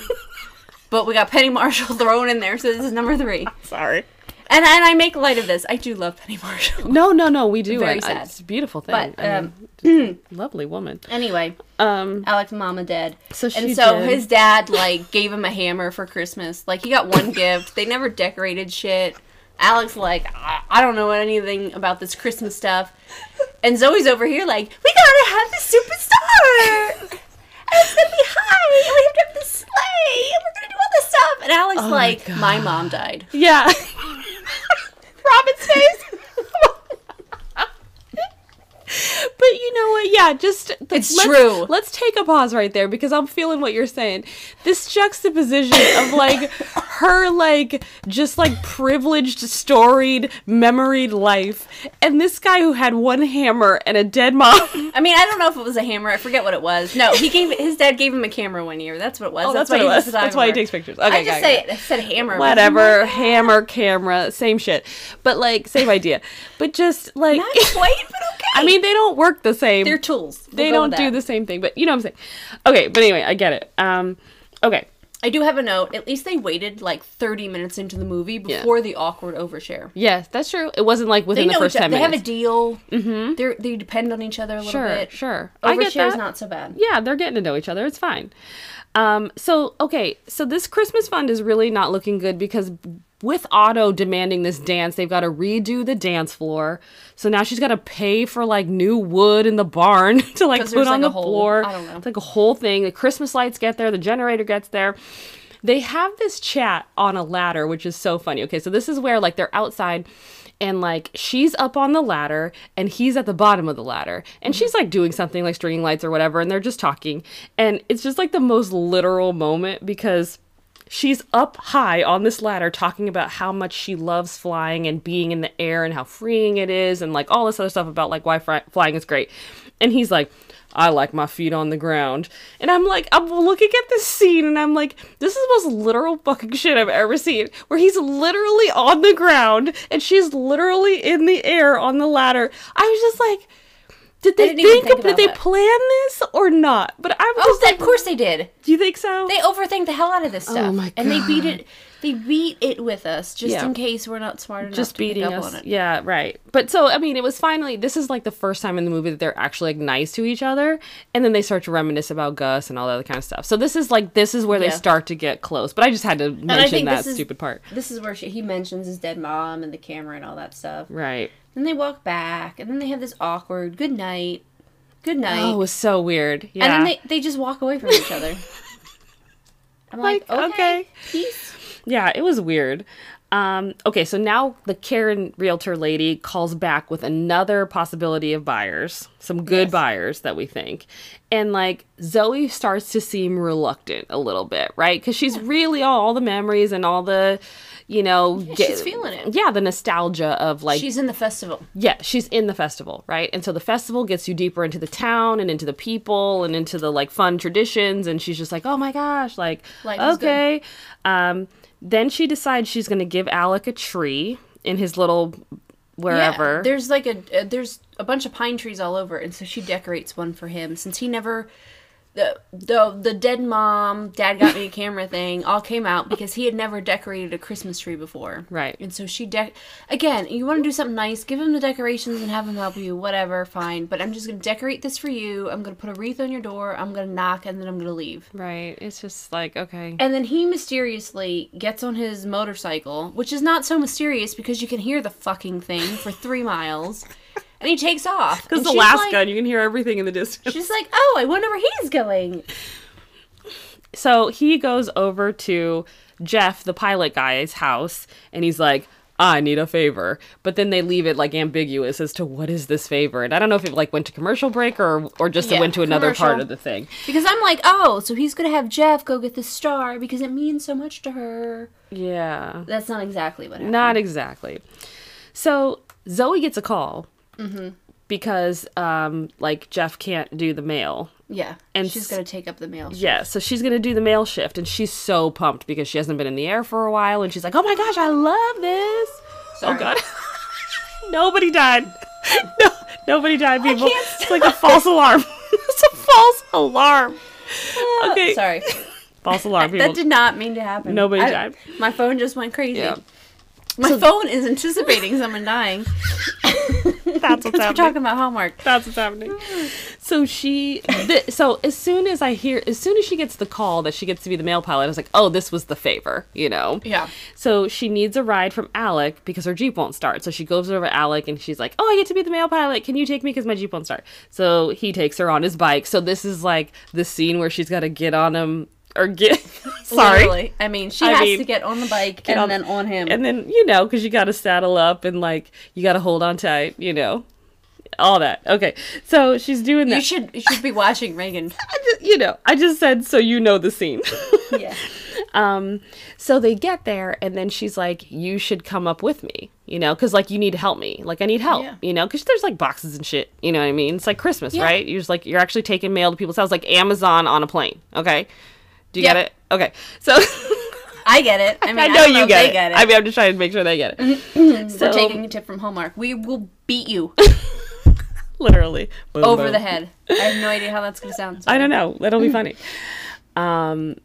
[SPEAKER 2] but we got Penny Marshall thrown in there, so this is number three.
[SPEAKER 1] Sorry.
[SPEAKER 2] And and I make light of this. I do love Penny Marshall.
[SPEAKER 1] No, no, no. We do.
[SPEAKER 2] Very
[SPEAKER 1] and, uh,
[SPEAKER 2] sad.
[SPEAKER 1] It's a beautiful thing.
[SPEAKER 2] But
[SPEAKER 1] I
[SPEAKER 2] um,
[SPEAKER 1] mean, lovely woman.
[SPEAKER 2] anyway,
[SPEAKER 1] Um,
[SPEAKER 2] Alex mama dead.
[SPEAKER 1] So she
[SPEAKER 2] and so
[SPEAKER 1] did.
[SPEAKER 2] his dad like gave him a hammer for Christmas. Like he got one gift. They never decorated shit. Alex like I, I don't know anything about this Christmas stuff. And Zoe's over here like we gotta have the superstar. And it's gonna be high. And we have to have the sleigh. And we're gonna do all this stuff. And Alex
[SPEAKER 1] Oh my
[SPEAKER 2] like
[SPEAKER 1] God.
[SPEAKER 2] my mom died.
[SPEAKER 1] yeah.
[SPEAKER 2] Robin's face.
[SPEAKER 1] But you know what? Yeah, just the,
[SPEAKER 2] It's
[SPEAKER 1] let's,
[SPEAKER 2] true.
[SPEAKER 1] Let's take a pause right there because I'm feeling what you're saying. This juxtaposition of like her like just like privileged, storied, memoried life, and this guy who had one hammer and a dead mom.
[SPEAKER 2] I mean, I don't know if it was a hammer. I forget what it was. No, he gave his dad gave him a camera one year. That's what it was.
[SPEAKER 1] Oh, that's
[SPEAKER 2] why
[SPEAKER 1] what it
[SPEAKER 2] he's
[SPEAKER 1] was.
[SPEAKER 2] a
[SPEAKER 1] That's why he
[SPEAKER 2] photographer.
[SPEAKER 1] takes pictures. Okay,
[SPEAKER 2] I just
[SPEAKER 1] got it,
[SPEAKER 2] say
[SPEAKER 1] got
[SPEAKER 2] it said hammer. but-
[SPEAKER 1] Whatever, hammer, camera, same shit. But like, same idea. But just like,
[SPEAKER 2] Not quite, but okay.
[SPEAKER 1] I mean, they don't work the same.
[SPEAKER 2] they're tools. We'll
[SPEAKER 1] they
[SPEAKER 2] go with
[SPEAKER 1] don't do
[SPEAKER 2] that.
[SPEAKER 1] the same thing. But you know what I'm saying. Okay, but anyway, I get it. Um, okay.
[SPEAKER 2] I do have a note. At least they waited like 30 minutes into the movie before the awkward overshare.
[SPEAKER 1] Yes, that's true. It wasn't like
[SPEAKER 2] They
[SPEAKER 1] within the
[SPEAKER 2] know
[SPEAKER 1] first
[SPEAKER 2] each
[SPEAKER 1] ten
[SPEAKER 2] other. They have a
[SPEAKER 1] minutes.
[SPEAKER 2] deal. Mm-hmm. They're, they depend on each other a little
[SPEAKER 1] sure,
[SPEAKER 2] bit.
[SPEAKER 1] sure. I get
[SPEAKER 2] Overshare's
[SPEAKER 1] that.
[SPEAKER 2] not so bad.
[SPEAKER 1] yeah, they're getting to know each other. It's fine. Um, so okay, so this Christmas fund is really not looking good because with Otto demanding this dance, they've got to redo the dance floor. So now she's got to pay for like new wood in the barn to like
[SPEAKER 2] 'Cause
[SPEAKER 1] put
[SPEAKER 2] there's,
[SPEAKER 1] on
[SPEAKER 2] like,
[SPEAKER 1] the
[SPEAKER 2] a whole-
[SPEAKER 1] floor.
[SPEAKER 2] I don't know.
[SPEAKER 1] It's like a whole thing. The Christmas lights get there. The generator gets there. They have this chat on a ladder, which is so funny. Okay, so this is where like they're outside and like she's up on the ladder and he's at the bottom of the ladder and she's like doing something like stringing lights or whatever and they're just talking and it's just like the most literal moment because she's up high on this ladder talking about how much she loves flying and being in the air and how freeing it is and like all this other stuff about like why fri- flying is great and he's like I like my feet on the ground. And I'm like, I'm looking at this scene and I'm like, this is the most literal fucking shit I've ever seen. Where he's literally on the ground and she's literally in the air on the ladder. I was just like, did they
[SPEAKER 2] didn't even
[SPEAKER 1] think,
[SPEAKER 2] think
[SPEAKER 1] did
[SPEAKER 2] about
[SPEAKER 1] they
[SPEAKER 2] that.
[SPEAKER 1] plan this or not? But I was
[SPEAKER 2] Oh,
[SPEAKER 1] just like,
[SPEAKER 2] of course they did.
[SPEAKER 1] do you think so?
[SPEAKER 2] They overthink the hell out of this stuff.
[SPEAKER 1] my
[SPEAKER 2] And they beat it. They beat it with us just
[SPEAKER 1] Yeah.
[SPEAKER 2] in case we're not smart enough
[SPEAKER 1] just
[SPEAKER 2] to pick
[SPEAKER 1] beating
[SPEAKER 2] up
[SPEAKER 1] us.
[SPEAKER 2] on it.
[SPEAKER 1] Yeah, right. But so I mean, it was finally this is like the first time in the movie that they're actually like nice to each other, and then they start to reminisce about Gus and all that other kind of stuff. So this is like this is where they
[SPEAKER 2] Yeah.
[SPEAKER 1] start to get close. But I just had to mention
[SPEAKER 2] think
[SPEAKER 1] that
[SPEAKER 2] this is-
[SPEAKER 1] stupid part.
[SPEAKER 2] This is where she, he mentions his dead mom and the camera and all that stuff.
[SPEAKER 1] Right.
[SPEAKER 2] Then they walk back, and then they have this awkward good night, good night,
[SPEAKER 1] Oh, it was so weird. Yeah.
[SPEAKER 2] and then they, they just walk away from each other. I'm like,
[SPEAKER 1] Like,
[SPEAKER 2] okay,
[SPEAKER 1] okay.
[SPEAKER 2] peace.
[SPEAKER 1] Yeah, it was weird. Um, okay, so now the Karen realtor lady calls back with another possibility of buyers. some good buyers that we think. And like Zoe starts to seem reluctant a little bit, right? Because she's really all, all the memories and all the, you know, ge-
[SPEAKER 2] she's feeling it.
[SPEAKER 1] Yeah, the nostalgia of like
[SPEAKER 2] She's in the festival.
[SPEAKER 1] yeah, she's in the festival, right? And so the festival gets you deeper into the town and into the people and into the like fun traditions. And she's just like, oh my gosh, like,
[SPEAKER 2] Life is good.
[SPEAKER 1] okay. Um, then she decides she's going to give Alec a tree in his little
[SPEAKER 2] Yeah,
[SPEAKER 1] wherever.
[SPEAKER 2] there's like a uh, there's a bunch of pine trees all over, and so she decorates one for him since he never. The, the the dead mom dad got me a camera thing all came out because he had never decorated a Christmas tree before
[SPEAKER 1] Right.
[SPEAKER 2] and so she dec again you want to do something nice give him the decorations and have him help you whatever fine but I'm just gonna decorate this for you I'm gonna put a wreath on your door I'm gonna knock and then I'm gonna leave
[SPEAKER 1] right. It's just like, okay.
[SPEAKER 2] and then he mysteriously gets on his motorcycle, which is not so mysterious because you can hear the fucking thing for three miles. And he takes off.
[SPEAKER 1] Because
[SPEAKER 2] And she's
[SPEAKER 1] Alaska,
[SPEAKER 2] Like,
[SPEAKER 1] and you can hear everything in the distance.
[SPEAKER 2] she's like, oh, I wonder where he's going.
[SPEAKER 1] So he goes over to Jeff, the pilot guy's house, and he's like, I need a favor. But then they leave it like ambiguous as to what is this favor. And I don't know if it like went to commercial break or or just it
[SPEAKER 2] Yeah,
[SPEAKER 1] went to another part
[SPEAKER 2] commercial.
[SPEAKER 1] of the thing.
[SPEAKER 2] Because I'm like, oh, so he's going to have Jeff go get the star because it means so much to her.
[SPEAKER 1] Yeah.
[SPEAKER 2] That's not exactly what happened.
[SPEAKER 1] Not exactly. So Zoe gets a call
[SPEAKER 2] Mm-hmm.
[SPEAKER 1] because um like Jeff can't do the mail.
[SPEAKER 2] Yeah.
[SPEAKER 1] And
[SPEAKER 2] And she's
[SPEAKER 1] s-
[SPEAKER 2] going to take up the mail.
[SPEAKER 1] Yeah, so she's gonna do the mail shift, and she's so pumped because she hasn't been in the air for a while, and she's like, "Oh my gosh, I love this!" Oh
[SPEAKER 2] Sorry.
[SPEAKER 1] god, nobody died. No, nobody died. People,
[SPEAKER 2] can't
[SPEAKER 1] it's like a false alarm. it's a false alarm.
[SPEAKER 2] Oh,
[SPEAKER 1] Okay,
[SPEAKER 2] Sorry.
[SPEAKER 1] false alarm. People.
[SPEAKER 2] That did not mean to happen.
[SPEAKER 1] Nobody
[SPEAKER 2] I-
[SPEAKER 1] died.
[SPEAKER 2] My phone just went crazy.
[SPEAKER 1] Yeah.
[SPEAKER 2] My phone is anticipating someone dying.
[SPEAKER 1] That's what's
[SPEAKER 2] Because we're
[SPEAKER 1] happening.
[SPEAKER 2] talking about Hallmark.
[SPEAKER 1] That's what's happening. So she, th- so as soon as I hear, as soon as she gets the call that she gets to be the mail pilot, I was like, oh, this was the favor, you know?
[SPEAKER 2] Yeah.
[SPEAKER 1] So she needs a ride from Alec because her Jeep won't start. So she goes over to Alec and she's like, oh, I get to be the mail pilot. Can you take me because my Jeep won't start? So he takes her on his bike. So this is like the scene where she's got to get on him or get, sorry.
[SPEAKER 2] Literally. I mean, she
[SPEAKER 1] I
[SPEAKER 2] has
[SPEAKER 1] mean,
[SPEAKER 2] to get on the bike and
[SPEAKER 1] on-
[SPEAKER 2] then on him.
[SPEAKER 1] And then, you know, because you got to saddle up and like, you got to hold on tight, you know, all that. Okay. So she's doing that.
[SPEAKER 2] you should you should be watching Reagan.
[SPEAKER 1] I ju- you know, I just said so you know the scene.
[SPEAKER 2] yeah.
[SPEAKER 1] um, so they get there, and then she's like, "You should come up with me," you know, because like you need to help me, like I need help,
[SPEAKER 2] Yeah.
[SPEAKER 1] you know, because there's like boxes and shit, you know what I mean? It's like Christmas,
[SPEAKER 2] Yeah.
[SPEAKER 1] right? You're just like you're actually taking mail to people's house, like Amazon on a plane. Okay, do you
[SPEAKER 2] Yeah.
[SPEAKER 1] get it? Okay, so
[SPEAKER 2] I get it. I mean,
[SPEAKER 1] I know you get it. I mean, I'm just trying to make sure they get it. so
[SPEAKER 2] We're taking a tip from Hallmark. We will beat you
[SPEAKER 1] literally Boom, boom.
[SPEAKER 2] over
[SPEAKER 1] Mm-hmm.
[SPEAKER 2] the head. I have no idea how that's gonna sound.
[SPEAKER 1] I don't know. That'll be funny. Um,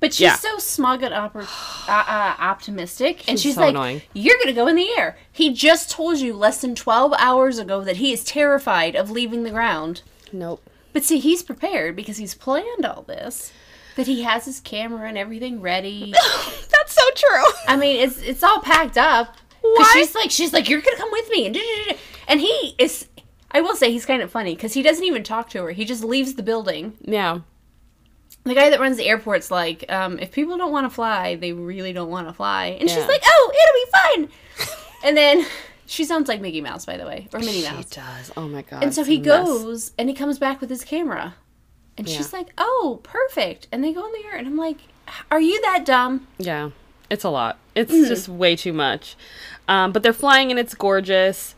[SPEAKER 2] But she's
[SPEAKER 1] Yeah.
[SPEAKER 2] so smug and oppor- uh, uh, optimistic, and she's
[SPEAKER 1] so
[SPEAKER 2] like,
[SPEAKER 1] annoying.
[SPEAKER 2] "You're gonna go in the air." He just told you less than twelve hours ago that he is terrified of leaving the ground.
[SPEAKER 1] nope.
[SPEAKER 2] But see, he's prepared because he's planned all this. That he has his camera and everything ready.
[SPEAKER 1] That's so true.
[SPEAKER 2] I mean, it's it's all packed up. 'Cause
[SPEAKER 1] Why?
[SPEAKER 2] She's like, she's like, you're gonna come with me, and da-da-da-da." and he is. I will say he's kind of funny because he doesn't even talk to her. He just leaves the building.
[SPEAKER 1] Yeah.
[SPEAKER 2] The guy that runs the airport's like, um, if people don't want to fly, they really don't want to fly. And
[SPEAKER 1] Yeah.
[SPEAKER 2] she's like, oh, it'll be fun. and then she sounds like Mickey Mouse, by the way, or Minnie Mouse.
[SPEAKER 1] It does. Oh my god.
[SPEAKER 2] And so
[SPEAKER 1] it's
[SPEAKER 2] he
[SPEAKER 1] a mess.
[SPEAKER 2] goes and he comes back with his camera. And she's like, oh, perfect. And they go in the air. And I'm like, are you that dumb?
[SPEAKER 1] Yeah, it's a lot. It's
[SPEAKER 2] Mm-hmm.
[SPEAKER 1] just way too much. Um, but they're flying and it's gorgeous.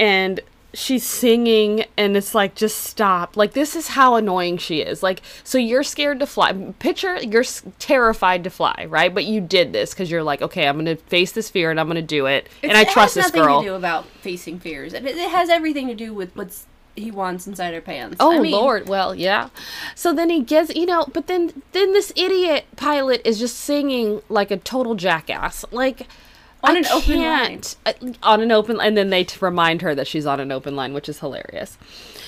[SPEAKER 1] And she's singing and it's like, just stop. Like, this is how annoying she is. Like, so you're scared to fly. Picture you're s- terrified to fly, right? But you did this because you're like, okay, I'm going to face this fear and I'm going to do it. and I
[SPEAKER 2] It's-
[SPEAKER 1] trust
[SPEAKER 2] it
[SPEAKER 1] this
[SPEAKER 2] has nothing
[SPEAKER 1] girl.
[SPEAKER 2] to do about facing fears. It, it has everything to do with what's he wants inside her pants.
[SPEAKER 1] Oh
[SPEAKER 2] I mean,
[SPEAKER 1] Lord, well, yeah. So then he gets, you know, but then then this idiot pilot is just singing like a total jackass, like
[SPEAKER 2] On an open
[SPEAKER 1] line. on an open, and then they t- remind her that she's on an open line, which is hilarious.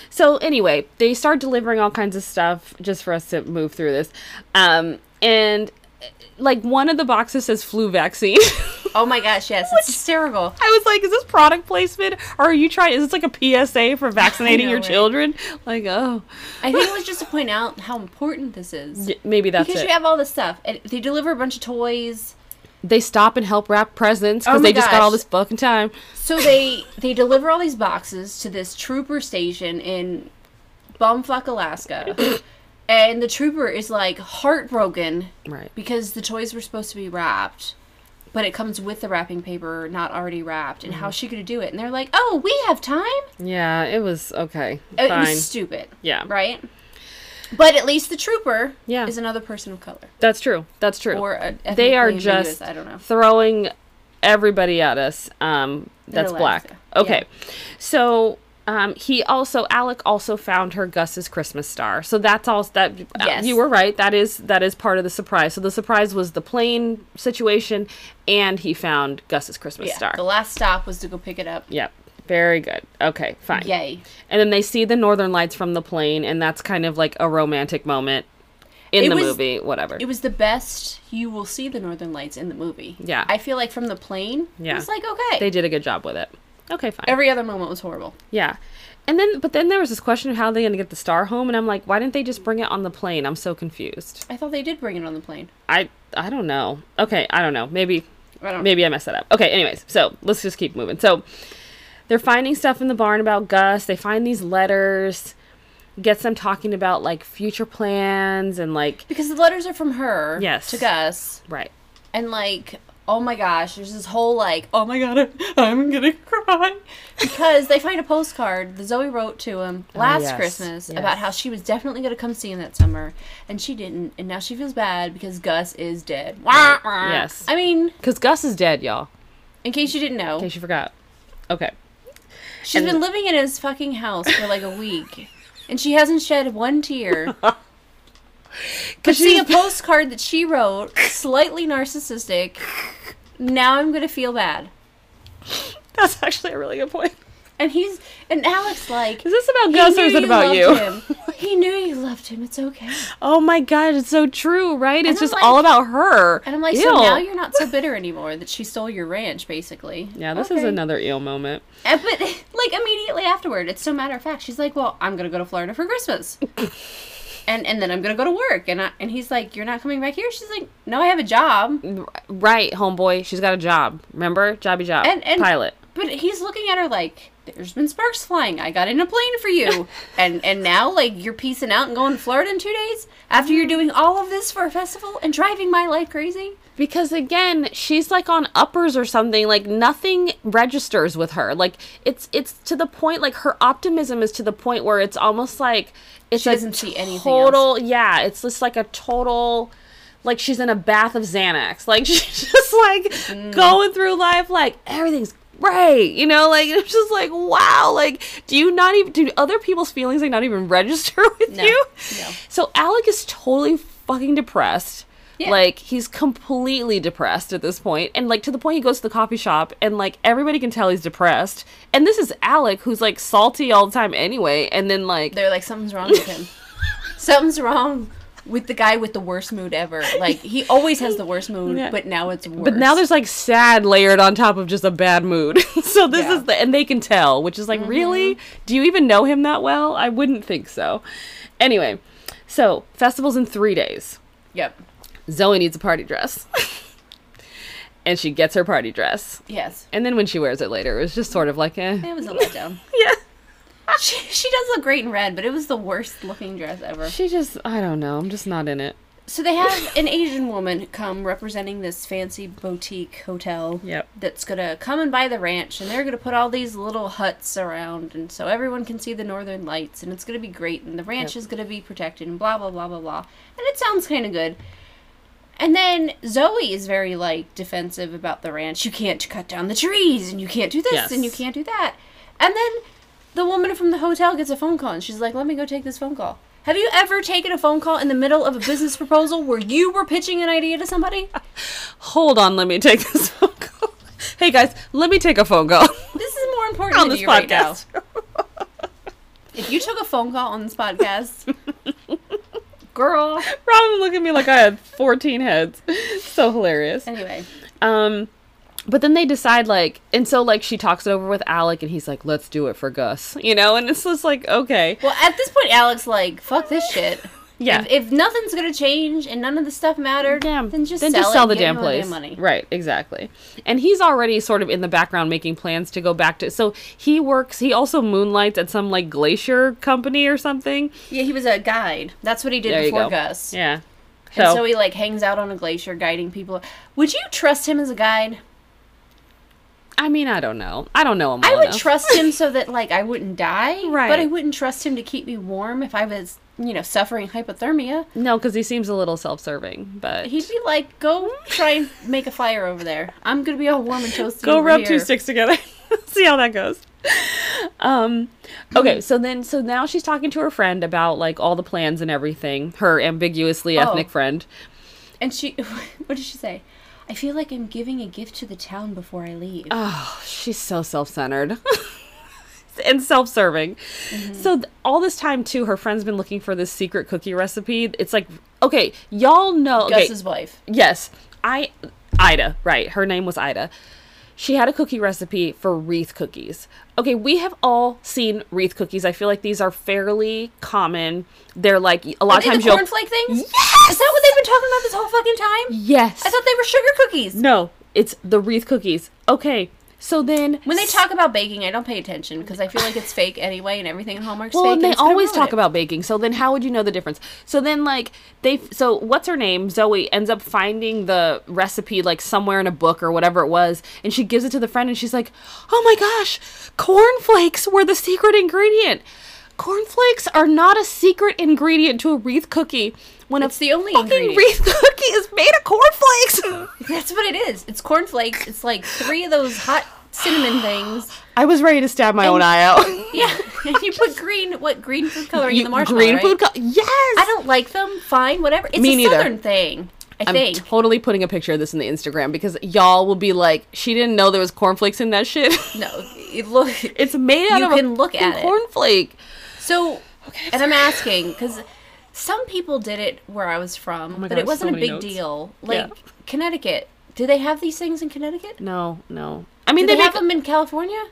[SPEAKER 1] So anyway, they start delivering all kinds of stuff just for us to move through this, um, and uh, like one of the boxes says flu vaccine.
[SPEAKER 2] Oh my gosh, yes, it's hysterical.
[SPEAKER 1] I was like, is this product placement? Or are you trying? Is this like a PSA for vaccinating
[SPEAKER 2] know,
[SPEAKER 1] your
[SPEAKER 2] right?
[SPEAKER 1] children? Like, oh,
[SPEAKER 2] I think it was just to point out how important this is
[SPEAKER 1] Y- maybe that's
[SPEAKER 2] because
[SPEAKER 1] it.
[SPEAKER 2] you have all this stuff, and they deliver a bunch of toys.
[SPEAKER 1] They stop and help wrap presents because
[SPEAKER 2] Oh my
[SPEAKER 1] they just got all
[SPEAKER 2] gosh.
[SPEAKER 1] this fucking time.
[SPEAKER 2] So they they deliver all these boxes to this trooper station in bumfuck Alaska, and the trooper is like heartbroken
[SPEAKER 1] Right.
[SPEAKER 2] because the toys were supposed to be wrapped, but it comes with the wrapping paper not already wrapped, and
[SPEAKER 1] Mm-hmm.
[SPEAKER 2] how's she gonna do it? And they're like, "Oh, we have time."
[SPEAKER 1] Yeah, it was okay.
[SPEAKER 2] It
[SPEAKER 1] Fine.
[SPEAKER 2] was stupid.
[SPEAKER 1] Yeah.
[SPEAKER 2] Right. But at least the trooper
[SPEAKER 1] Yeah.
[SPEAKER 2] is another person of color
[SPEAKER 1] That's true. That's true.
[SPEAKER 2] or a,
[SPEAKER 1] they
[SPEAKER 2] ethnically
[SPEAKER 1] are
[SPEAKER 2] ambiguous,
[SPEAKER 1] just
[SPEAKER 2] I don't know.
[SPEAKER 1] throwing everybody at us um, that's black.
[SPEAKER 2] Alaska.
[SPEAKER 1] Okay. So um, he also Alec also found her Gus's Christmas star. So that's all that uh,
[SPEAKER 2] Yes.
[SPEAKER 1] you were right. That is that is part of the surprise. So the surprise was the plane situation and he found Gus's Christmas
[SPEAKER 2] Yeah.
[SPEAKER 1] star.
[SPEAKER 2] The last stop was to go pick it up.
[SPEAKER 1] Yep. Very good. Okay, fine.
[SPEAKER 2] Yay.
[SPEAKER 1] And then they see the northern lights from the plane and that's kind of like a romantic moment in
[SPEAKER 2] It
[SPEAKER 1] the
[SPEAKER 2] was-
[SPEAKER 1] movie, whatever.
[SPEAKER 2] It was the best you will see the northern lights in the movie.
[SPEAKER 1] Yeah.
[SPEAKER 2] I feel like from the plane,
[SPEAKER 1] Yeah.
[SPEAKER 2] yeah. it's like okay.
[SPEAKER 1] they did a good job with it. Okay, fine.
[SPEAKER 2] Every other moment was horrible.
[SPEAKER 1] Yeah. And then, but then there was this question of how they going to get the star home, and I'm like, why didn't they just bring it on the plane? I'm so confused.
[SPEAKER 2] I thought they did bring it on the plane.
[SPEAKER 1] I I don't know. Okay, I don't know. Maybe
[SPEAKER 2] I don't
[SPEAKER 1] maybe I messed that up. Okay, anyways, so let's just keep moving. So they're finding stuff in the barn about Gus. They find these letters, gets them talking about like future plans and like
[SPEAKER 2] because the letters are from her
[SPEAKER 1] Yes.
[SPEAKER 2] to Gus,
[SPEAKER 1] right.
[SPEAKER 2] and like, oh my gosh, there's this whole like, oh my god, I- I'm gonna cry because they find a postcard that Zoe wrote to him last
[SPEAKER 1] Oh, yes,
[SPEAKER 2] Christmas
[SPEAKER 1] yes.
[SPEAKER 2] about how she was definitely gonna come see him that summer, and she didn't, and now she feels bad because Gus is dead. Wah, wah.
[SPEAKER 1] Yes.
[SPEAKER 2] I mean,
[SPEAKER 1] Because Gus is dead, y'all.
[SPEAKER 2] in case you didn't know,
[SPEAKER 1] In case you forgot. Okay.
[SPEAKER 2] She's been living in his fucking house for like a week, and she hasn't shed one tear.
[SPEAKER 1] Because
[SPEAKER 2] See a postcard that she wrote, slightly narcissistic. Now I'm gonna feel bad.
[SPEAKER 1] that's actually a really good point.
[SPEAKER 2] And he's and Alex like,
[SPEAKER 1] Is this about Gus or is it about you?
[SPEAKER 2] He knew you loved him. It's okay.
[SPEAKER 1] Oh my god, it's so true, right? It's
[SPEAKER 2] I'm
[SPEAKER 1] just all
[SPEAKER 2] like-
[SPEAKER 1] about her.
[SPEAKER 2] And I'm like, so
[SPEAKER 1] Ew.
[SPEAKER 2] now you're not so bitter anymore that she stole your ranch, basically.
[SPEAKER 1] Yeah, this is
[SPEAKER 2] Okay.
[SPEAKER 1] another eel moment.
[SPEAKER 2] And, but like immediately afterward, it's so matter of fact. She's like, "Well, I'm gonna go to Florida for Christmas, and and then I'm gonna go to work." And I, and he's like, "You're not coming back here?" She's like, "No, I have a job."
[SPEAKER 1] Right, homeboy, she's got a job. Remember, jobby job,
[SPEAKER 2] And- and-
[SPEAKER 1] pilot.
[SPEAKER 2] But he's looking at her like, "There's been sparks flying. I got in a plane for you, and and now like you're piecing out and going to Florida in two days after you're doing all of this for a festival and driving my life crazy."
[SPEAKER 1] Because again, she's like on uppers or something. Like nothing registers with her. Like it's it's to the point. Like her optimism is to the point where it's almost like it's
[SPEAKER 2] She
[SPEAKER 1] a
[SPEAKER 2] doesn't see anything
[SPEAKER 1] Total, yeah. It's just like a total. Like she's in a bath of Xanax. Like she's just like
[SPEAKER 2] Mm.
[SPEAKER 1] going through life. Like everything's great, you know. Like it's just like wow. Like do you not even do other people's feelings like not even register with
[SPEAKER 2] No,
[SPEAKER 1] you?
[SPEAKER 2] no.
[SPEAKER 1] So Alec is totally fucking depressed.
[SPEAKER 2] Yeah.
[SPEAKER 1] Like he's completely depressed at this point, and like to the point he goes to the coffee shop, and like everybody can tell he's depressed. And this is Alec, who's like salty all the time anyway. And then like,
[SPEAKER 2] They're like, something's wrong with him. something's wrong with the guy with the worst mood ever. Like he always has the worst mood,
[SPEAKER 1] Yeah.
[SPEAKER 2] but now it's worse.
[SPEAKER 1] but now there's like sad layered on top of just a bad mood. so this
[SPEAKER 2] Yeah.
[SPEAKER 1] is the and they can tell, which is like, really, do you even know him that well? I wouldn't think so. Anyway, so festivals in three days.
[SPEAKER 2] yep.
[SPEAKER 1] Zoe needs a party dress, and she gets her party dress.
[SPEAKER 2] Yes.
[SPEAKER 1] And then when she wears it later, it was just sort of like, eh.
[SPEAKER 2] It was a letdown.
[SPEAKER 1] Yeah.
[SPEAKER 2] she she does look great in red, but it was the worst looking dress ever.
[SPEAKER 1] She just, I don't know. I'm just not in it.
[SPEAKER 2] So they have an Asian woman come representing this fancy boutique hotel.
[SPEAKER 1] Yep.
[SPEAKER 2] That's gonna come and buy the ranch, and they're gonna put all these little huts around, and so everyone can see the northern lights, and it's gonna be great, and the ranch is gonna be protected, and blah blah blah blah blah. And it sounds kind of good. And then Zoe is very like defensive about the ranch. You can't cut down the trees, and you can't do this,
[SPEAKER 1] Yes.
[SPEAKER 2] and you can't do that. And then the woman from the hotel gets a phone call, and she's like, "Let me go take this phone call." Have you ever taken a phone call in the middle of a business proposal where you were pitching an idea to somebody?
[SPEAKER 1] Hold on, let me take this phone call. Hey guys, let me take a phone call
[SPEAKER 2] This is more important
[SPEAKER 1] on
[SPEAKER 2] than
[SPEAKER 1] this
[SPEAKER 2] you right now.
[SPEAKER 1] podcast.
[SPEAKER 2] If you took a phone call on this podcast, girl.
[SPEAKER 1] Robin looked at me like I had 14 heads. so hilarious.
[SPEAKER 2] Anyway,
[SPEAKER 1] Um, but then they decide like, and so like she talks it over with Alec, and he's like, "Let's do it for Gus," you know. And it's just like, okay,
[SPEAKER 2] well, at this point, Alex like, fuck this shit.
[SPEAKER 1] Yeah.
[SPEAKER 2] If, if nothing's gonna change and none of the stuff mattered,
[SPEAKER 1] Yeah,
[SPEAKER 2] then just sell, it,
[SPEAKER 1] the
[SPEAKER 2] give
[SPEAKER 1] damn
[SPEAKER 2] her her
[SPEAKER 1] place.
[SPEAKER 2] money.
[SPEAKER 1] Right, exactly. And he's already sort of in the background making plans to go back to. So he works. He also moonlights at some like glacier company or something.
[SPEAKER 2] Yeah, he was a guide. That's what he did
[SPEAKER 1] There you
[SPEAKER 2] before
[SPEAKER 1] go.
[SPEAKER 2] Gus.
[SPEAKER 1] Yeah. So,
[SPEAKER 2] And so he like hangs out on a glacier guiding people. Would you trust him as a guide?
[SPEAKER 1] I mean, I don't know. I don't know him.
[SPEAKER 2] I
[SPEAKER 1] well
[SPEAKER 2] would
[SPEAKER 1] enough.
[SPEAKER 2] trust him so that like I wouldn't die,
[SPEAKER 1] Oh, Right.
[SPEAKER 2] But I wouldn't trust him to keep me warm if I was, you know, suffering hypothermia.
[SPEAKER 1] No, because he seems a little self-serving. But
[SPEAKER 2] He'd be like, "Go
[SPEAKER 1] Hmm?
[SPEAKER 2] try and make a fire over there. I'm gonna be all warm and toasty."
[SPEAKER 1] go
[SPEAKER 2] over
[SPEAKER 1] rub two
[SPEAKER 2] here."
[SPEAKER 1] sticks together. See how that goes. Um okay, so then so now she's talking to her friend about like all the plans and everything, her ambiguously
[SPEAKER 2] Oh.
[SPEAKER 1] ethnic friend.
[SPEAKER 2] And she, what did she say? I feel like I'm giving a gift to the town before I leave.
[SPEAKER 1] Oh, she's so self-centered. and self-serving.
[SPEAKER 2] Mm-hmm.
[SPEAKER 1] So th- all this time too her friend's been looking for this secret cookie recipe. It's like okay, y'all know okay,
[SPEAKER 2] Gus's wife.
[SPEAKER 1] Yes. I Ida, right. Her name was Ida. She had a cookie recipe for wreath cookies. Okay, we have all seen wreath cookies. I feel like these are fairly common. They're like a lot
[SPEAKER 2] Are
[SPEAKER 1] of
[SPEAKER 2] they the
[SPEAKER 1] times you'll
[SPEAKER 2] cornflake things?
[SPEAKER 1] Yes!
[SPEAKER 2] Is that what they've been talking about this whole fucking time?
[SPEAKER 1] Yes.
[SPEAKER 2] I thought they were sugar cookies.
[SPEAKER 1] no, it's the wreath cookies. Okay. So then
[SPEAKER 2] When they talk about baking, I don't pay attention because I feel like it's fake anyway, and everything in Hallmark's
[SPEAKER 1] Well,
[SPEAKER 2] fake.
[SPEAKER 1] and they
[SPEAKER 2] it's gonna
[SPEAKER 1] always
[SPEAKER 2] ruin
[SPEAKER 1] talk
[SPEAKER 2] it.
[SPEAKER 1] about baking. So then, how would you know the difference? So then, like they, so what's her name? Zoe ends up finding the recipe like somewhere in a book or whatever it was, and she gives it to the friend, and she's like, "Oh my gosh, cornflakes were the secret ingredient. Cornflakes are not a secret ingredient to a wreath cookie. When
[SPEAKER 2] It's
[SPEAKER 1] a
[SPEAKER 2] the only
[SPEAKER 1] fucking
[SPEAKER 2] ingredient.
[SPEAKER 1] wreath cookie is made of cornflakes."
[SPEAKER 2] That's what it is. It's cornflakes. It's like three of those hot cinnamon things.
[SPEAKER 1] I was ready to stab my own eye out.
[SPEAKER 2] Yeah, and you put green what green food coloring in the marshmallow?
[SPEAKER 1] Green
[SPEAKER 2] right?
[SPEAKER 1] food, co- yes.
[SPEAKER 2] I don't like them. Fine, whatever. It's
[SPEAKER 1] Me
[SPEAKER 2] a
[SPEAKER 1] neither.
[SPEAKER 2] southern thing. I
[SPEAKER 1] I'm
[SPEAKER 2] think.
[SPEAKER 1] totally putting a picture of this in the Instagram because y'all will be like, she didn't know there was cornflakes in that shit.
[SPEAKER 2] no, it look.
[SPEAKER 1] it's made out
[SPEAKER 2] You
[SPEAKER 1] of a
[SPEAKER 2] can look
[SPEAKER 1] fucking
[SPEAKER 2] at it.
[SPEAKER 1] cornflake.
[SPEAKER 2] So, and I'm asking because some people did it where I was from,
[SPEAKER 1] Oh my
[SPEAKER 2] but
[SPEAKER 1] God,
[SPEAKER 2] it
[SPEAKER 1] so
[SPEAKER 2] wasn't a
[SPEAKER 1] many
[SPEAKER 2] big
[SPEAKER 1] notes.
[SPEAKER 2] deal.
[SPEAKER 1] Yeah.
[SPEAKER 2] Like Connecticut, do they have these things in Connecticut?
[SPEAKER 1] No, no. I mean,
[SPEAKER 2] Do
[SPEAKER 1] they,
[SPEAKER 2] they, have
[SPEAKER 1] make.
[SPEAKER 2] them in California?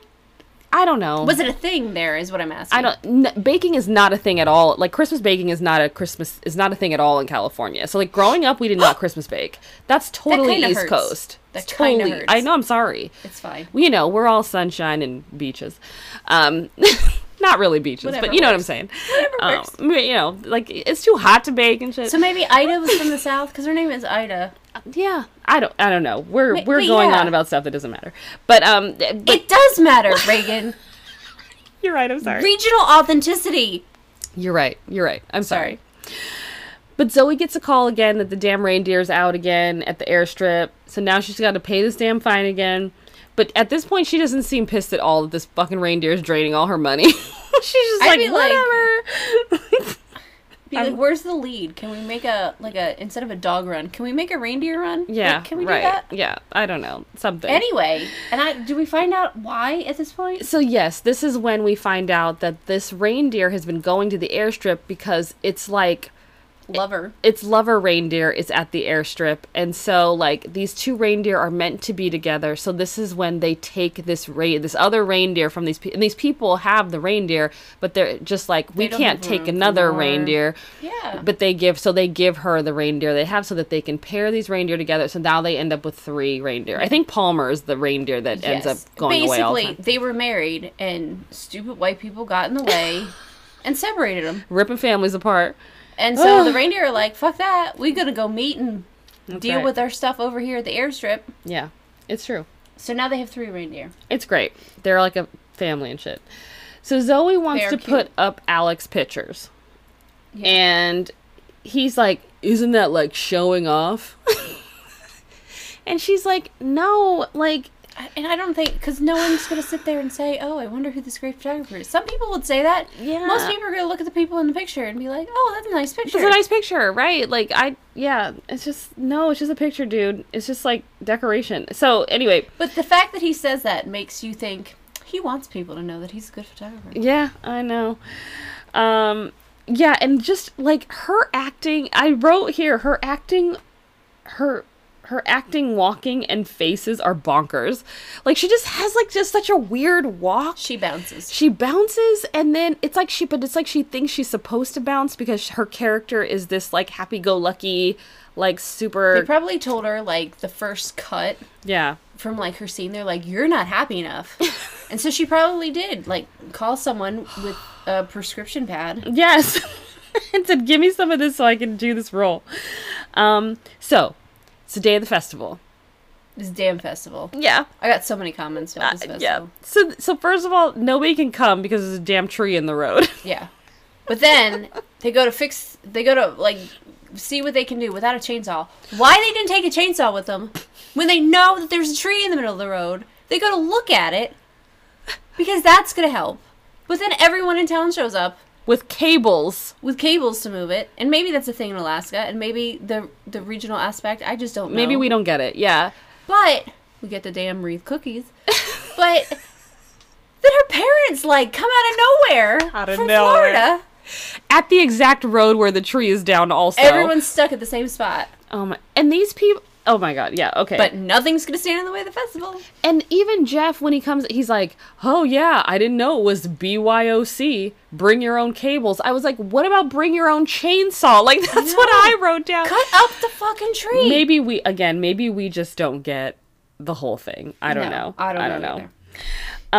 [SPEAKER 1] I don't know.
[SPEAKER 2] Was it a thing there? Is what I'm asking.
[SPEAKER 1] I don't. N- baking is not a thing at all. Like Christmas baking is not a Christmas is not a thing at all in California. So like growing up, we did not Christmas bake. That's totally
[SPEAKER 2] kinda
[SPEAKER 1] East
[SPEAKER 2] hurts.
[SPEAKER 1] Coast.
[SPEAKER 2] That
[SPEAKER 1] It's
[SPEAKER 2] kinda
[SPEAKER 1] totally.
[SPEAKER 2] hurts.
[SPEAKER 1] I know. I'm sorry.
[SPEAKER 2] It's fine.
[SPEAKER 1] you know, we're all sunshine and beaches. Um, not really beaches, but
[SPEAKER 2] Whatever
[SPEAKER 1] you know what I'm
[SPEAKER 2] works.
[SPEAKER 1] saying.
[SPEAKER 2] Whatever
[SPEAKER 1] Um,
[SPEAKER 2] works.
[SPEAKER 1] you know, like it's too hot to bake and shit.
[SPEAKER 2] So maybe Ida was from the south because her name is Ida.
[SPEAKER 1] yeah, I don't, I don't know. We're
[SPEAKER 2] Ma-
[SPEAKER 1] we're
[SPEAKER 2] but
[SPEAKER 1] going
[SPEAKER 2] yeah.
[SPEAKER 1] on about stuff that doesn't matter. But um, th- but
[SPEAKER 2] it does matter, Reagan.
[SPEAKER 1] you're right. I'm sorry.
[SPEAKER 2] Regional authenticity.
[SPEAKER 1] You're right. You're right. I'm sorry.
[SPEAKER 2] Sorry.
[SPEAKER 1] But Zoe gets a call again that the damn reindeer's out again at the airstrip. So now she's got to pay this damn fine again. But at this point, she doesn't seem pissed at all that this fucking reindeer's draining all her money. she's just
[SPEAKER 2] I'd
[SPEAKER 1] like,
[SPEAKER 2] be like-
[SPEAKER 1] whatever.
[SPEAKER 2] Be like, where's the lead? Can we make a like a instead of a dog run? Can we make a reindeer run? Like,
[SPEAKER 1] yeah.
[SPEAKER 2] can we
[SPEAKER 1] right.
[SPEAKER 2] do that?
[SPEAKER 1] Yeah. I don't know. Something.
[SPEAKER 2] Anyway, and I do we find out why at this point?
[SPEAKER 1] so yes, this is when we find out that this reindeer has been going to the airstrip because it's like
[SPEAKER 2] Lover.
[SPEAKER 1] its lover reindeer is at the airstrip and so like these two reindeer are meant to be together so this is when they take this ra- this other reindeer from these people and these people have the reindeer but they're just like we
[SPEAKER 2] They don't
[SPEAKER 1] can't
[SPEAKER 2] have
[SPEAKER 1] take
[SPEAKER 2] room for
[SPEAKER 1] another
[SPEAKER 2] more.
[SPEAKER 1] reindeer
[SPEAKER 2] Yeah.
[SPEAKER 1] but they give so they give her the reindeer they have so that they can pair these reindeer together so now they end up with three reindeer i think palmer is the reindeer that ends up
[SPEAKER 2] Yes.
[SPEAKER 1] going
[SPEAKER 2] Basically,
[SPEAKER 1] away all the time.
[SPEAKER 2] they were married and stupid white people got in the way and separated them.
[SPEAKER 1] ripping families apart
[SPEAKER 2] And so the reindeer are like, "Fuck that. We're going to go meet and deal
[SPEAKER 1] right.
[SPEAKER 2] with our stuff over here at the airstrip."
[SPEAKER 1] yeah it's true
[SPEAKER 2] So now they have three reindeer.
[SPEAKER 1] It's great. They're like a family and shit. So Zoe wants
[SPEAKER 2] They're
[SPEAKER 1] to
[SPEAKER 2] cute.
[SPEAKER 1] put up Alex pictures.
[SPEAKER 2] Yeah.
[SPEAKER 1] And he's like, Isn't that like showing off? and she's like, No, like,
[SPEAKER 2] I- And I don't think because no one's gonna sit there and say, "Oh, I wonder who this great photographer is." Some people would say that.
[SPEAKER 1] Yeah.
[SPEAKER 2] Most people are gonna look at the people in the picture and be like, "Oh, that's a nice picture."
[SPEAKER 1] it's a nice picture, right? Like, I, yeah, it's just, no, it's just a picture, dude. It's just like decoration. So, anyway,
[SPEAKER 2] But the fact that he says that makes you think he wants people to know that he's a good photographer.
[SPEAKER 1] Yeah, I know. Um yeah, and just like her acting, I wrote here her acting her Her acting, walking, and faces are bonkers. Like she just has like just such a weird walk.
[SPEAKER 2] She bounces.
[SPEAKER 1] She bounces and then it's like she but it's like she thinks she's supposed to bounce because her character is this like happy go lucky, like
[SPEAKER 2] They
[SPEAKER 1] super
[SPEAKER 2] probably told her like the first cut
[SPEAKER 1] Yeah.
[SPEAKER 2] from like her scene. They're like, "You're not happy enough," and so she probably did like call someone with a prescription pad.
[SPEAKER 1] Yes. and said, Give me some of this so I can do this role. Um, so it's the day of the festival.
[SPEAKER 2] This damn festival.
[SPEAKER 1] Yeah.
[SPEAKER 2] I got so many comments about this
[SPEAKER 1] Uh,
[SPEAKER 2] festival.
[SPEAKER 1] yeah. So so first of all, nobody can come because there's a damn tree in the road.
[SPEAKER 2] Yeah. But then they go to fix they go to like see what they can do without a chainsaw. Why they didn't take a chainsaw with them when they know that there's a tree in the middle of the road. They go to look at it because that's going to help. But then everyone in town shows up
[SPEAKER 1] With cables.
[SPEAKER 2] with cables to move it. And maybe that's a thing in Alaska and maybe the the regional aspect, I just don't know.
[SPEAKER 1] Maybe we don't get it. Yeah.
[SPEAKER 2] But we get the damn wreath cookies. but then her parents like come out of nowhere
[SPEAKER 1] Out of
[SPEAKER 2] from
[SPEAKER 1] nowhere.
[SPEAKER 2] Florida.
[SPEAKER 1] At the exact road where the tree is down also.
[SPEAKER 2] Everyone's stuck at the same spot,
[SPEAKER 1] um and these people Oh my god, yeah, okay.
[SPEAKER 2] but nothing's gonna stand in the way of the festival.
[SPEAKER 1] and even Jeff when he comes he's like, "Oh yeah, I didn't know it was BYOC, bring your own cables." I was like, "What about bring your own chainsaw?" Like that's what I wrote down.
[SPEAKER 2] Cut up the fucking tree.
[SPEAKER 1] Maybe we again, maybe we just don't get the whole thing. I don't know.
[SPEAKER 2] I don't, know. either.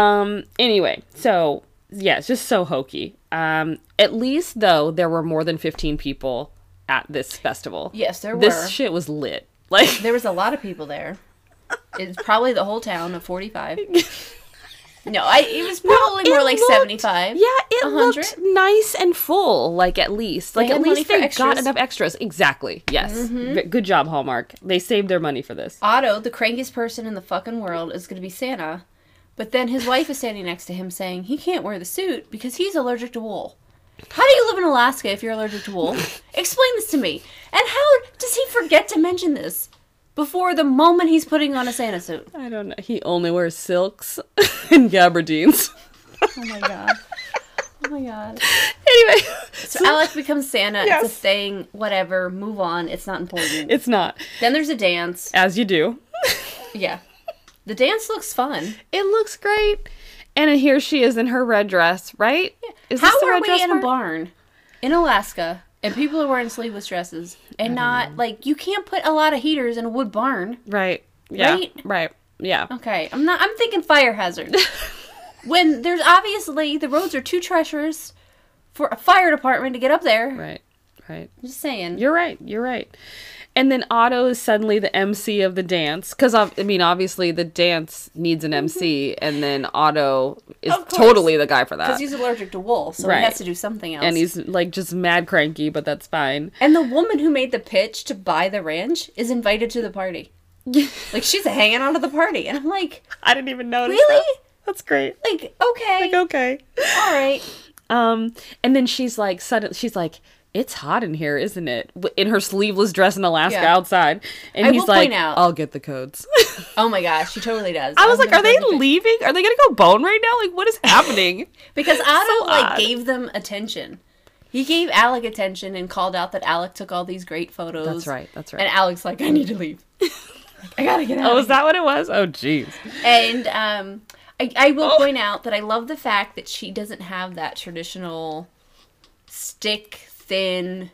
[SPEAKER 1] Um. Anyway, so yeah, it's just so hokey. Um. At least though, there were more than fifteen people at this festival.
[SPEAKER 2] Yes, there
[SPEAKER 1] This
[SPEAKER 2] were.
[SPEAKER 1] shit was lit. Like
[SPEAKER 2] There was a lot of people there. It's probably the whole town of forty-five. No, I, it was probably more
[SPEAKER 1] it
[SPEAKER 2] like
[SPEAKER 1] looked-
[SPEAKER 2] seventy-five.
[SPEAKER 1] Yeah, it
[SPEAKER 2] 100.
[SPEAKER 1] looked nice and full. Like at least, like
[SPEAKER 2] had
[SPEAKER 1] at
[SPEAKER 2] money
[SPEAKER 1] least
[SPEAKER 2] for
[SPEAKER 1] they got
[SPEAKER 2] extras. Mm-hmm.
[SPEAKER 1] enough extras. Exactly. Yes. V- Good job, Hallmark. They saved their money for this.
[SPEAKER 2] Otto, the crankiest person in the fucking world, is gonna be Santa, but then his wife is standing next to him saying he can't wear the suit because he's allergic to wool. How do you live in Alaska if you're allergic to wool? Explain this to me. And how does he forget to mention this before the moment he's putting on a Santa suit?
[SPEAKER 1] I don't know. He only wears silks and gabardines.
[SPEAKER 2] Oh my god. Oh my god.
[SPEAKER 1] anyway,
[SPEAKER 2] So Alec becomes Santa. It's a
[SPEAKER 1] Yes.
[SPEAKER 2] thing. Whatever. Move on. It's not important.
[SPEAKER 1] it's not
[SPEAKER 2] then there's a dance.
[SPEAKER 1] as you do.
[SPEAKER 2] Yeah. The dance looks fun.
[SPEAKER 1] it looks great. And here she is in her red dress, right? Is
[SPEAKER 2] How are we in a
[SPEAKER 1] part?
[SPEAKER 2] barn in Alaska and people are wearing sleeveless dresses and not like you can't put a lot of heaters in a wood barn?
[SPEAKER 1] Right. Yeah.
[SPEAKER 2] Right?
[SPEAKER 1] Right. Yeah.
[SPEAKER 2] Okay, I'm not. I'm thinking fire hazard. when there's obviously the roads are too treacherous for a fire department to get up there.
[SPEAKER 1] Right. Right.
[SPEAKER 2] I'm just saying.
[SPEAKER 1] You're right. You're right. And then Otto is suddenly the MC of the dance because I mean, obviously the dance needs an MC, and then Otto is
[SPEAKER 2] Mm-hmm. Of course.
[SPEAKER 1] totally the guy for
[SPEAKER 2] because
[SPEAKER 1] that.
[SPEAKER 2] he's allergic to wool, so he
[SPEAKER 1] Right.
[SPEAKER 2] has to do something else.
[SPEAKER 1] And he's like just mad cranky, but that's fine.
[SPEAKER 2] And the woman who made the pitch to buy the ranch is invited to the party. Like she's hanging out at the party, and I'm like,
[SPEAKER 1] I didn't even notice.
[SPEAKER 2] Really?
[SPEAKER 1] that. That's great.
[SPEAKER 2] like okay,
[SPEAKER 1] Okay.
[SPEAKER 2] all right.
[SPEAKER 1] Um, and then she's like, sudden, she's like, "It's hot in here, isn't it?" W- In her sleeveless dress in Alaska
[SPEAKER 2] Yeah.
[SPEAKER 1] outside, and
[SPEAKER 2] I
[SPEAKER 1] he's
[SPEAKER 2] will
[SPEAKER 1] like,
[SPEAKER 2] point out-
[SPEAKER 1] "I'll get the codes."
[SPEAKER 2] Oh my gosh, she totally does.
[SPEAKER 1] I was like,
[SPEAKER 2] gonna
[SPEAKER 1] "Are they
[SPEAKER 2] go to the-
[SPEAKER 1] leaving? Are they gonna go bone right now? Like, what is happening?"
[SPEAKER 2] Because Otto like
[SPEAKER 1] odd.
[SPEAKER 2] gave them attention. He gave Alec attention and called out that Alec took all these great photos.
[SPEAKER 1] That's right, that's right.
[SPEAKER 2] And Alec's like, I need to leave. Like, I gotta get out.
[SPEAKER 1] oh, is that what it was? Oh, jeez.
[SPEAKER 2] And um, I, I
[SPEAKER 1] Oh.
[SPEAKER 2] will point out that I love the fact that she doesn't have that traditional stick thin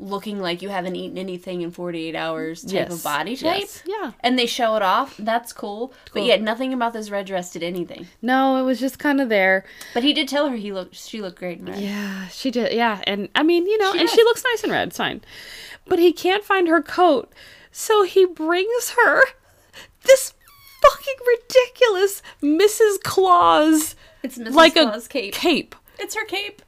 [SPEAKER 2] looking like you haven't eaten anything in 48 hours type
[SPEAKER 1] Yes,
[SPEAKER 2] of body type.
[SPEAKER 1] yes, yeah.
[SPEAKER 2] And they show it off. That's cool. But
[SPEAKER 1] Cool.
[SPEAKER 2] yet nothing about this red dress did anything.
[SPEAKER 1] No, it was just kind of there.
[SPEAKER 2] But he did tell her he looked she looked great in red.
[SPEAKER 1] Yeah, she did. Yeah, and I mean, you know, and
[SPEAKER 2] does.
[SPEAKER 1] she looks nice in red. It's fine, but he can't find her coat, so he brings her this fucking ridiculous Mrs. Claus.
[SPEAKER 2] It's Mrs.
[SPEAKER 1] like
[SPEAKER 2] Claus
[SPEAKER 1] a
[SPEAKER 2] cape.
[SPEAKER 1] cape.
[SPEAKER 2] It's her cape.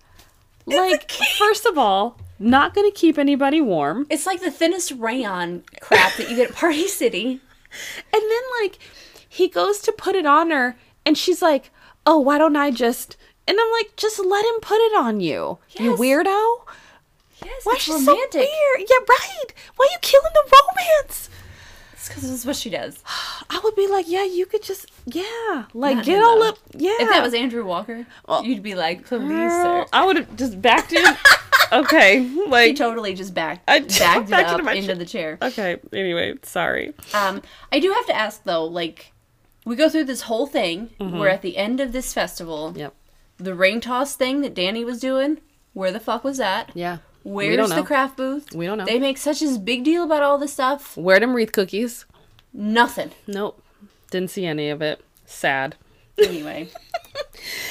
[SPEAKER 1] like first of all not gonna keep anybody warm
[SPEAKER 2] It's like the thinnest rayon crap that you get at Party City.
[SPEAKER 1] and then like he goes to put it on her and she's like oh why don't i just and i'm like just let him put it on you you
[SPEAKER 2] Yes.
[SPEAKER 1] weirdo
[SPEAKER 2] Yes,
[SPEAKER 1] why is
[SPEAKER 2] it's
[SPEAKER 1] she
[SPEAKER 2] romantic.
[SPEAKER 1] so weird yeah right why are you killing the romance
[SPEAKER 2] It's because this is what she does.
[SPEAKER 1] i would be like yeah you could just yeah like
[SPEAKER 2] Not
[SPEAKER 1] get
[SPEAKER 2] him,
[SPEAKER 1] all
[SPEAKER 2] though.
[SPEAKER 1] up yeah
[SPEAKER 2] If that was Andrew Walker, you'd be like, please, sir.
[SPEAKER 1] Girl, I would have just backed in okay,
[SPEAKER 2] She
[SPEAKER 1] like
[SPEAKER 2] totally just backed,
[SPEAKER 1] I-
[SPEAKER 2] backed it
[SPEAKER 1] backed into
[SPEAKER 2] up
[SPEAKER 1] my
[SPEAKER 2] into
[SPEAKER 1] chair.
[SPEAKER 2] the chair.
[SPEAKER 1] okay. Anyway, sorry.
[SPEAKER 2] Um, I do have to ask though, like, we go through this whole thing.
[SPEAKER 1] Mm-hmm.
[SPEAKER 2] We're at the end of this festival.
[SPEAKER 1] Yep.
[SPEAKER 2] The ring toss thing that Danny was doing. Where the fuck was that?
[SPEAKER 1] Yeah.
[SPEAKER 2] Where's
[SPEAKER 1] we don't know.
[SPEAKER 2] the craft booth?
[SPEAKER 1] We don't know.
[SPEAKER 2] They make such a big deal about all this stuff.
[SPEAKER 1] Where them wreath cookies?
[SPEAKER 2] Nothing.
[SPEAKER 1] Nope. Didn't see any of it. Sad.
[SPEAKER 2] Anyway,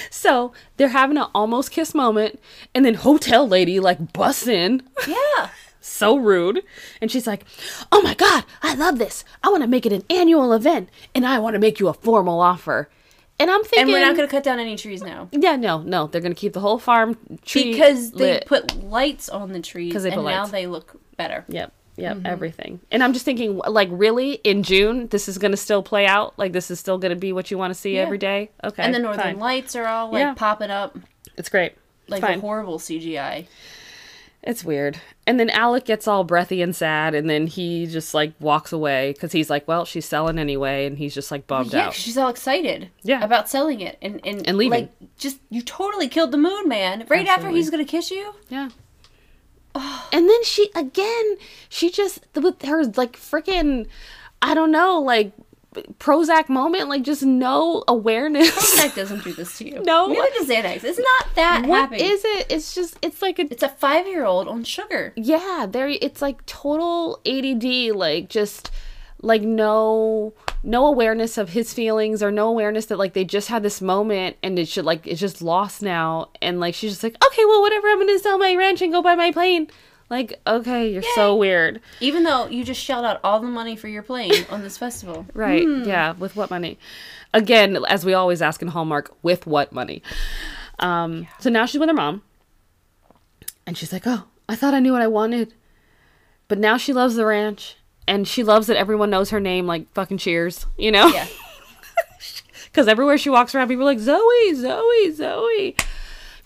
[SPEAKER 1] So they're having an almost kiss moment, and then hotel lady like busts in,
[SPEAKER 2] yeah.
[SPEAKER 1] so rude, and she's like, "Oh my god, I love this! I want to make it an annual event, and I want to make you a formal offer." And I'm thinking,
[SPEAKER 2] And we're not gonna cut down any trees now
[SPEAKER 1] yeah, no, no, they're gonna keep the whole farm tree
[SPEAKER 2] because they
[SPEAKER 1] lit.
[SPEAKER 2] put lights on the trees,
[SPEAKER 1] 'Cause they
[SPEAKER 2] and
[SPEAKER 1] put
[SPEAKER 2] now
[SPEAKER 1] lights.
[SPEAKER 2] they look better.
[SPEAKER 1] Yep. Yep.
[SPEAKER 2] Mm-hmm.
[SPEAKER 1] Everything. And I'm just thinking, wh- like, really, in June, this is going to still play out? Like, this is still going to be what you want to see
[SPEAKER 2] Yeah.
[SPEAKER 1] every day? Okay.
[SPEAKER 2] And the northern
[SPEAKER 1] fine.
[SPEAKER 2] lights are all like
[SPEAKER 1] Yeah.
[SPEAKER 2] popping up,
[SPEAKER 1] It's great. It's
[SPEAKER 2] like
[SPEAKER 1] fine.
[SPEAKER 2] horrible CGI.
[SPEAKER 1] It's weird. And then Alec gets all breathy and sad, and then he just, like, walks away because he's like, well, she's selling anyway, and he's just, like, bummed
[SPEAKER 2] Yeah, 'cause
[SPEAKER 1] out.
[SPEAKER 2] she's all excited.
[SPEAKER 1] Yeah.
[SPEAKER 2] About selling it and and,
[SPEAKER 1] And leaving.
[SPEAKER 2] Like, just you totally killed the mood, man. Right after he's gonna kiss you.
[SPEAKER 1] Yeah. and then she, again, she just, with her, like, freaking, I don't know, like, Prozac moment, like, just no awareness.
[SPEAKER 2] Xanax doesn't do this to you.
[SPEAKER 1] No.
[SPEAKER 2] Neither does Xanax. It's not that
[SPEAKER 1] What
[SPEAKER 2] happy.
[SPEAKER 1] is it? It's just, it's like a
[SPEAKER 2] It's a five year old on sugar.
[SPEAKER 1] yeah there it's like total add like just like no no awareness of his feelings or no awareness that like they just had this moment and it should like it's just lost now and like she's just like okay well whatever i'm gonna sell my ranch and go buy my plane like okay you're so weird
[SPEAKER 2] Even though you just shelled out all the money for your plane on this festival.
[SPEAKER 1] right yeah with what money again as we always ask in hallmark with what money um so now she's with her mom and she's like oh i thought i knew what i wanted but now she loves the ranch and she loves that everyone knows her name like fucking cheers you know
[SPEAKER 2] Yeah.
[SPEAKER 1] because everywhere she walks around people are like zoe zoe zoe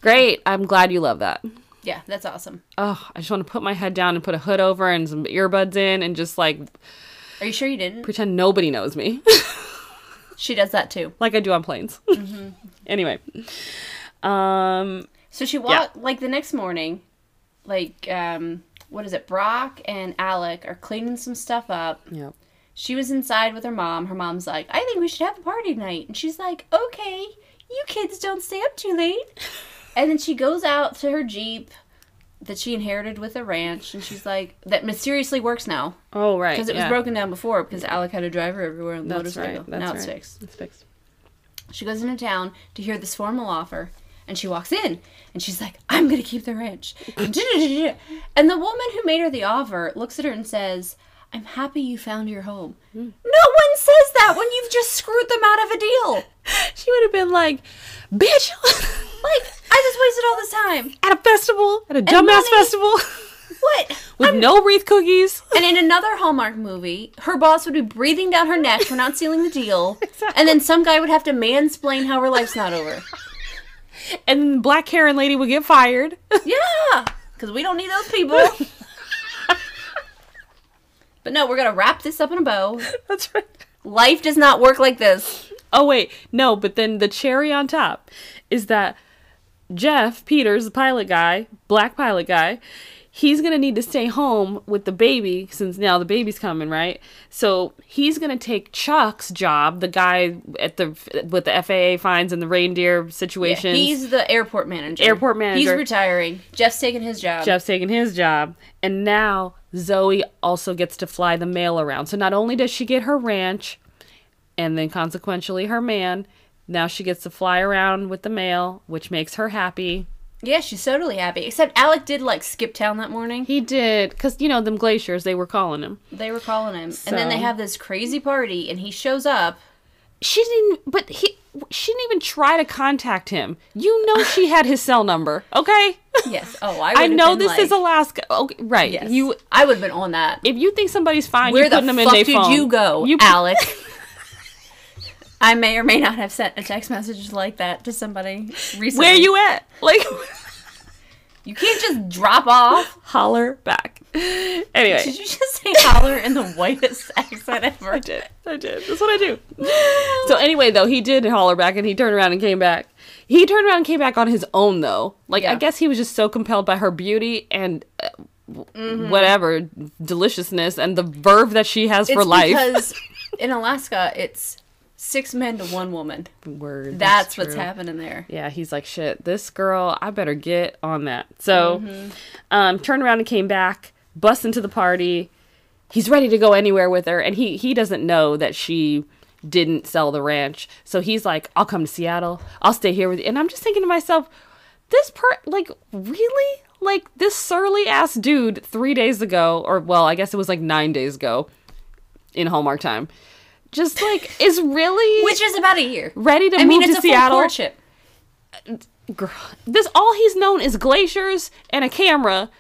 [SPEAKER 1] great i'm glad you love that
[SPEAKER 2] Yeah, that's awesome.
[SPEAKER 1] oh i just want to put my head down and put a hood over and some earbuds in and just like
[SPEAKER 2] Are you sure you didn't?
[SPEAKER 1] pretend nobody knows me
[SPEAKER 2] She does that too.
[SPEAKER 1] like I do on planes.
[SPEAKER 2] Mm-hmm.
[SPEAKER 1] anyway, um,
[SPEAKER 2] So she walked like the next morning, like um what is it? Brock and Alec are cleaning some stuff up.
[SPEAKER 1] yeah,
[SPEAKER 2] She was inside with her mom. Her mom's like, I think we should have a party tonight. And she's like, okay, you kids don't stay up too late. And then she goes out to her Jeep that she inherited with the ranch. And she's like, that mysteriously works now.
[SPEAKER 1] oh right,
[SPEAKER 2] Because it was
[SPEAKER 1] yeah.
[SPEAKER 2] broken down before because Alec had a driver everywhere on the
[SPEAKER 1] That's
[SPEAKER 2] motorcycle.
[SPEAKER 1] right. That's
[SPEAKER 2] now
[SPEAKER 1] right.
[SPEAKER 2] it's fixed.
[SPEAKER 1] It's fixed.
[SPEAKER 2] She goes into town to hear this formal offer. And she walks in and she's like, I'm going to keep the ranch. And and the woman who made her the offer looks at her and says, I'm happy you found your home. No one says that when you've just screwed them out of a deal.
[SPEAKER 1] She would have been like, "Bitch,
[SPEAKER 2] Like, I just wasted all this time.
[SPEAKER 1] at a festival, at a dumbass
[SPEAKER 2] money.
[SPEAKER 1] festival,
[SPEAKER 2] What?
[SPEAKER 1] with no wreath cookies."
[SPEAKER 2] And in another Hallmark movie, her boss would be breathing down her neck for not sealing the deal. And then some guy would have to mansplain how her life's not over.
[SPEAKER 1] And Black Karen lady would get fired.
[SPEAKER 2] Yeah, because we don't need those people. but no, we're going to wrap this up in a bow.
[SPEAKER 1] That's right.
[SPEAKER 2] Life does not work like this.
[SPEAKER 1] Oh wait, no. But then the cherry on top is that Jeff Peters, the pilot guy, black pilot guy, he's gonna need to stay home with the baby since now the baby's coming, right? So he's gonna take Chuck's job, the guy at the with the FAA fines and the reindeer situation.
[SPEAKER 2] He's the airport manager.
[SPEAKER 1] Airport
[SPEAKER 2] He's
[SPEAKER 1] manager.
[SPEAKER 2] retiring. Jeff's taking his job.
[SPEAKER 1] Jeff's taking his job, and now Zoe also gets to fly the mail around. So not only does she get her ranch, and then consequentially her man, now she gets to fly around with the mail, which makes her happy.
[SPEAKER 2] Yeah, she's totally happy. Except Alec did like skip town that morning.
[SPEAKER 1] He did, cause you know them glaciers they were calling him.
[SPEAKER 2] They were calling him, and then they
[SPEAKER 1] So-
[SPEAKER 2] have this crazy party, and he shows up.
[SPEAKER 1] She didn't, but he she didn't even try to contact him. You know she had his cell number, okay?
[SPEAKER 2] Yes. Oh, I.
[SPEAKER 1] I
[SPEAKER 2] would've
[SPEAKER 1] know
[SPEAKER 2] been,
[SPEAKER 1] this
[SPEAKER 2] like,
[SPEAKER 1] is Alaska, okay, right?
[SPEAKER 2] yes.
[SPEAKER 1] You,
[SPEAKER 2] I would have been on that.
[SPEAKER 1] if you think somebody's fine,
[SPEAKER 2] Where
[SPEAKER 1] you're
[SPEAKER 2] the
[SPEAKER 1] putting
[SPEAKER 2] fuck
[SPEAKER 1] them in their
[SPEAKER 2] did
[SPEAKER 1] phone.
[SPEAKER 2] you go,
[SPEAKER 1] You-
[SPEAKER 2] Alec? I may or may not have sent a text message like that to somebody recently.
[SPEAKER 1] Where you at? Like.
[SPEAKER 2] You can't just drop off.
[SPEAKER 1] holler back. Anyway,
[SPEAKER 2] Did you just say holler in the whitest accent ever?
[SPEAKER 1] I did. I did. That's what I do. so anyway, though, he did holler back and he turned around and came back. He turned around and came back on his own, though. Like, I
[SPEAKER 2] Yeah.
[SPEAKER 1] guess he was just so compelled by her beauty and uh, w- whatever deliciousness and the verve that she has for
[SPEAKER 2] It's
[SPEAKER 1] life.
[SPEAKER 2] because in Alaska, it's six men to one woman.
[SPEAKER 1] Word,
[SPEAKER 2] That's, what's
[SPEAKER 1] true.
[SPEAKER 2] happening there.
[SPEAKER 1] Yeah, he's like, shit, this girl, I better get on that. So,
[SPEAKER 2] Mm-hmm.
[SPEAKER 1] um, turned around and came back, busts into the party. He's ready to go anywhere with her, and he he doesn't know that she didn't sell the ranch. So he's like, I'll come to Seattle. I'll stay here with you. And I'm just thinking to myself, this per like really like this surly ass dude three days ago, or well, I guess it was like nine days ago, in Hallmark time, just like is really
[SPEAKER 2] Which is about a year.
[SPEAKER 1] ready to
[SPEAKER 2] I
[SPEAKER 1] move
[SPEAKER 2] mean, it's
[SPEAKER 1] to
[SPEAKER 2] a full
[SPEAKER 1] Seattle.
[SPEAKER 2] courtship.
[SPEAKER 1] Girl, this all he's known is glaciers and a camera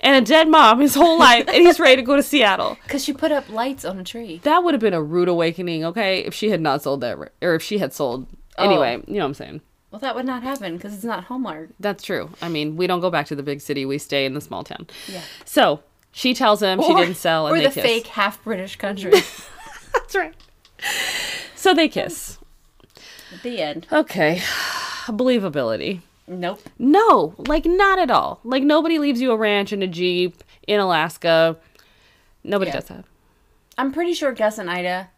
[SPEAKER 1] and a dead mom his whole life and he's ready to go to seattle
[SPEAKER 2] Because she put up lights on a tree.
[SPEAKER 1] that would have been a rude awakening okay if she had not sold that ra- or if she had sold anyway you know what i'm saying
[SPEAKER 2] Well, that would not happen because it's not Hallmark.
[SPEAKER 1] that's true i mean we don't go back to the big city we stay in the small town
[SPEAKER 2] Yeah.
[SPEAKER 1] so she tells him she didn't sell and
[SPEAKER 2] or
[SPEAKER 1] they
[SPEAKER 2] the
[SPEAKER 1] kiss
[SPEAKER 2] fake half British country.
[SPEAKER 1] that's right so they kiss
[SPEAKER 2] the end.
[SPEAKER 1] okay believability
[SPEAKER 2] Nope.
[SPEAKER 1] No, like not at all. Like nobody leaves you a ranch and a jeep in Alaska. Nobody
[SPEAKER 2] Yeah.
[SPEAKER 1] does that.
[SPEAKER 2] I'm pretty sure Gus and Ida.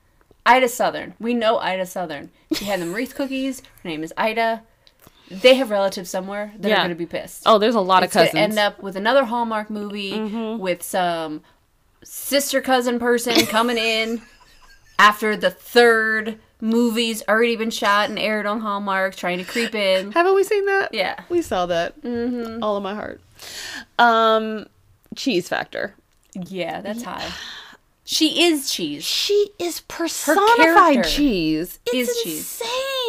[SPEAKER 2] Ida Southern. We know Ida Southern. She had them wreath cookies. Her name is Ida. They have relatives somewhere that
[SPEAKER 1] Yeah.
[SPEAKER 2] are going to be pissed.
[SPEAKER 1] Oh, there's a lot
[SPEAKER 2] it's
[SPEAKER 1] of
[SPEAKER 2] going
[SPEAKER 1] cousins. Mm-hmm.
[SPEAKER 2] to end up with another Hallmark movie with some sister cousin person coming in after the third movie's already been shot and aired on Hallmark, trying to creep in.
[SPEAKER 1] Haven't we seen that?
[SPEAKER 2] Yeah.
[SPEAKER 1] we saw that. Mm-hmm. All of my heart. Um, cheese factor.
[SPEAKER 2] Yeah, that's high. She is cheese.
[SPEAKER 1] She is personified
[SPEAKER 2] character
[SPEAKER 1] cheese. It's
[SPEAKER 2] is cheese.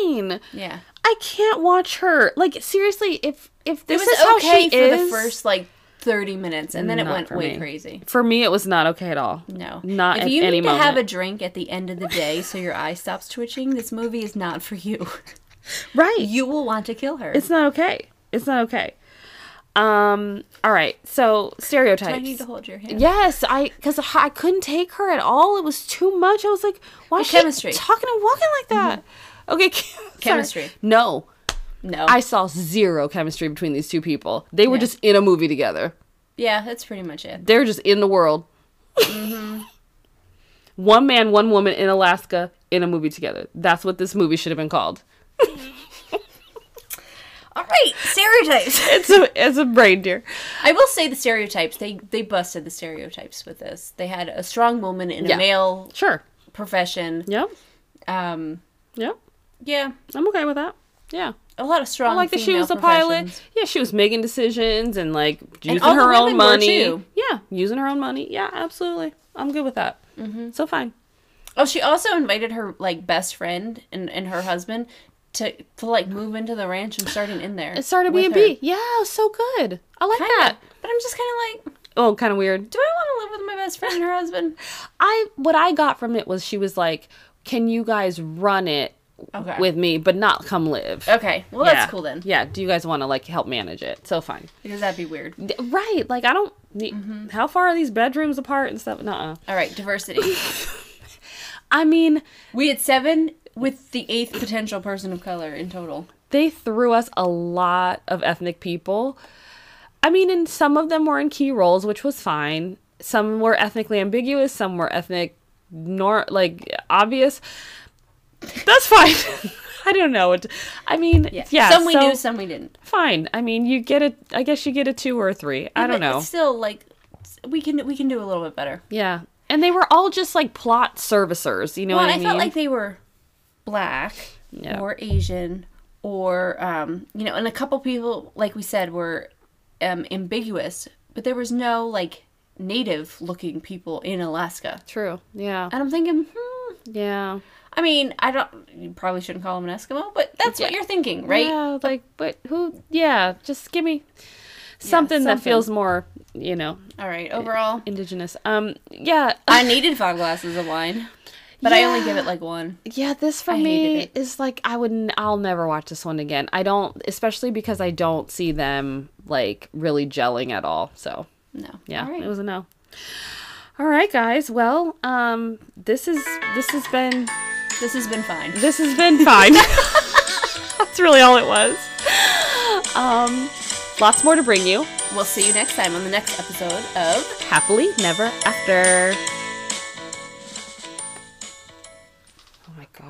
[SPEAKER 1] insane.
[SPEAKER 2] Yeah.
[SPEAKER 1] I can't watch her. Like seriously, if if
[SPEAKER 2] It
[SPEAKER 1] this
[SPEAKER 2] was
[SPEAKER 1] is how
[SPEAKER 2] okay
[SPEAKER 1] she
[SPEAKER 2] for
[SPEAKER 1] is,
[SPEAKER 2] the first like 30 minutes and then it
[SPEAKER 1] Not
[SPEAKER 2] went
[SPEAKER 1] for
[SPEAKER 2] way
[SPEAKER 1] me.
[SPEAKER 2] crazy.
[SPEAKER 1] for me it was not okay at all.
[SPEAKER 2] No.
[SPEAKER 1] Not
[SPEAKER 2] if
[SPEAKER 1] at
[SPEAKER 2] you
[SPEAKER 1] any
[SPEAKER 2] need to have a
[SPEAKER 1] moment.
[SPEAKER 2] drink at the end of the day so your eye stops twitching, this movie is not for you.
[SPEAKER 1] right.
[SPEAKER 2] You will want to kill her.
[SPEAKER 1] It's not okay. It's not okay. Um. All right. So stereotypes.
[SPEAKER 2] I need to hold your hand.
[SPEAKER 1] yes, I because I couldn't take her at all. It was too much. I was like, why is she
[SPEAKER 2] chemistry.
[SPEAKER 1] talking and walking like that? Okay, chem- sorry.
[SPEAKER 2] Chemistry.
[SPEAKER 1] No,
[SPEAKER 2] No.
[SPEAKER 1] I saw zero chemistry between these two people. They were
[SPEAKER 2] Yeah.
[SPEAKER 1] just in a movie together.
[SPEAKER 2] yeah, that's pretty much it.
[SPEAKER 1] They're just in the world. Mm-hmm. one man, one woman in Alaska in a movie together. That's what this movie should have been called.
[SPEAKER 2] All right, stereotypes.
[SPEAKER 1] It's a it's a brain deer.
[SPEAKER 2] I will say the stereotypes. They they busted the stereotypes with this. They had a strong woman in a
[SPEAKER 1] Yeah.
[SPEAKER 2] male
[SPEAKER 1] Sure.
[SPEAKER 2] profession.
[SPEAKER 1] Yep.
[SPEAKER 2] Um
[SPEAKER 1] Yep.
[SPEAKER 2] yeah,
[SPEAKER 1] I'm okay with that. Yeah.
[SPEAKER 2] a lot of strong
[SPEAKER 1] I like that she
[SPEAKER 2] female
[SPEAKER 1] was a pilot.
[SPEAKER 2] professions.
[SPEAKER 1] Yeah, she was making decisions and like using
[SPEAKER 2] all the
[SPEAKER 1] her own
[SPEAKER 2] women were,
[SPEAKER 1] money.
[SPEAKER 2] too.
[SPEAKER 1] Yeah, using her own money. Yeah, absolutely. I'm good with that. So fine.
[SPEAKER 2] Oh, she also invited her like best friend and, and her husband to to like move into the ranch and starting in there.
[SPEAKER 1] It started B
[SPEAKER 2] with
[SPEAKER 1] and
[SPEAKER 2] her.
[SPEAKER 1] B. Yeah, it was so good. I like that.
[SPEAKER 2] Kinda. But I'm just kind of like,
[SPEAKER 1] Oh, kind of weird.
[SPEAKER 2] do I want to live with my best friend and her husband?
[SPEAKER 1] I what I got from it was she was like, "Can you guys run it
[SPEAKER 2] Okay.
[SPEAKER 1] with me, but not come live?"
[SPEAKER 2] Okay. Well,
[SPEAKER 1] Yeah.
[SPEAKER 2] that's cool then.
[SPEAKER 1] Yeah. Do you guys want to like help manage it? So fine. Mm-hmm.
[SPEAKER 2] Because that'd be weird.
[SPEAKER 1] D- Right. Like I don't. need How far are these bedrooms apart and stuff? Nuh-uh.
[SPEAKER 2] All right, diversity.
[SPEAKER 1] I mean,
[SPEAKER 2] we had seven with the eighth potential person of color in total.
[SPEAKER 1] they threw us a lot of ethnic people. I mean, and some of them were in key roles, which was fine. Some were ethnically ambiguous, some were ethnic nor like obvious. That's fine. I don't know. It- I mean, yeah.
[SPEAKER 2] Some we
[SPEAKER 1] so,
[SPEAKER 2] knew, some we didn't.
[SPEAKER 1] Fine. I mean, you get a. I guess you get a two or a three. I don't
[SPEAKER 2] But
[SPEAKER 1] know.
[SPEAKER 2] it's Still, like, we can we can do a little bit better.
[SPEAKER 1] Yeah, and they were all just like plot servicers. You know
[SPEAKER 2] Well,
[SPEAKER 1] what
[SPEAKER 2] I,
[SPEAKER 1] I, mean?
[SPEAKER 2] felt like they were black
[SPEAKER 1] Yeah.
[SPEAKER 2] or Asian or um, you know, and a couple people, like we said, were um, ambiguous, but there was no like native looking people in Alaska.
[SPEAKER 1] True. Yeah.
[SPEAKER 2] And I'm thinking, hmm,
[SPEAKER 1] Yeah.
[SPEAKER 2] I mean, I don't. You probably shouldn't call him an Eskimo, but that's what
[SPEAKER 1] Yeah.
[SPEAKER 2] you're thinking, right?
[SPEAKER 1] Yeah, like, but who? Yeah, just give me something, that
[SPEAKER 2] something.
[SPEAKER 1] feels more, you know,
[SPEAKER 2] All right. Overall,
[SPEAKER 1] indigenous. Um, yeah,
[SPEAKER 2] I needed five glasses of wine, but I only give it like one.
[SPEAKER 1] yeah. This for
[SPEAKER 2] hated
[SPEAKER 1] me
[SPEAKER 2] it.
[SPEAKER 1] is like I would, n- I'll never watch this one again. I don't, especially because I don't see them like really gelling at all. So
[SPEAKER 2] No.
[SPEAKER 1] Yeah,
[SPEAKER 2] All right.
[SPEAKER 1] it was a no. All right, guys. Well, um, this is this has been
[SPEAKER 2] this has been fine.
[SPEAKER 1] this has been fine. That's really all it was. Um, lots more to bring you.
[SPEAKER 2] We'll see you next time on the next episode of
[SPEAKER 1] Happily never after. Oh my god.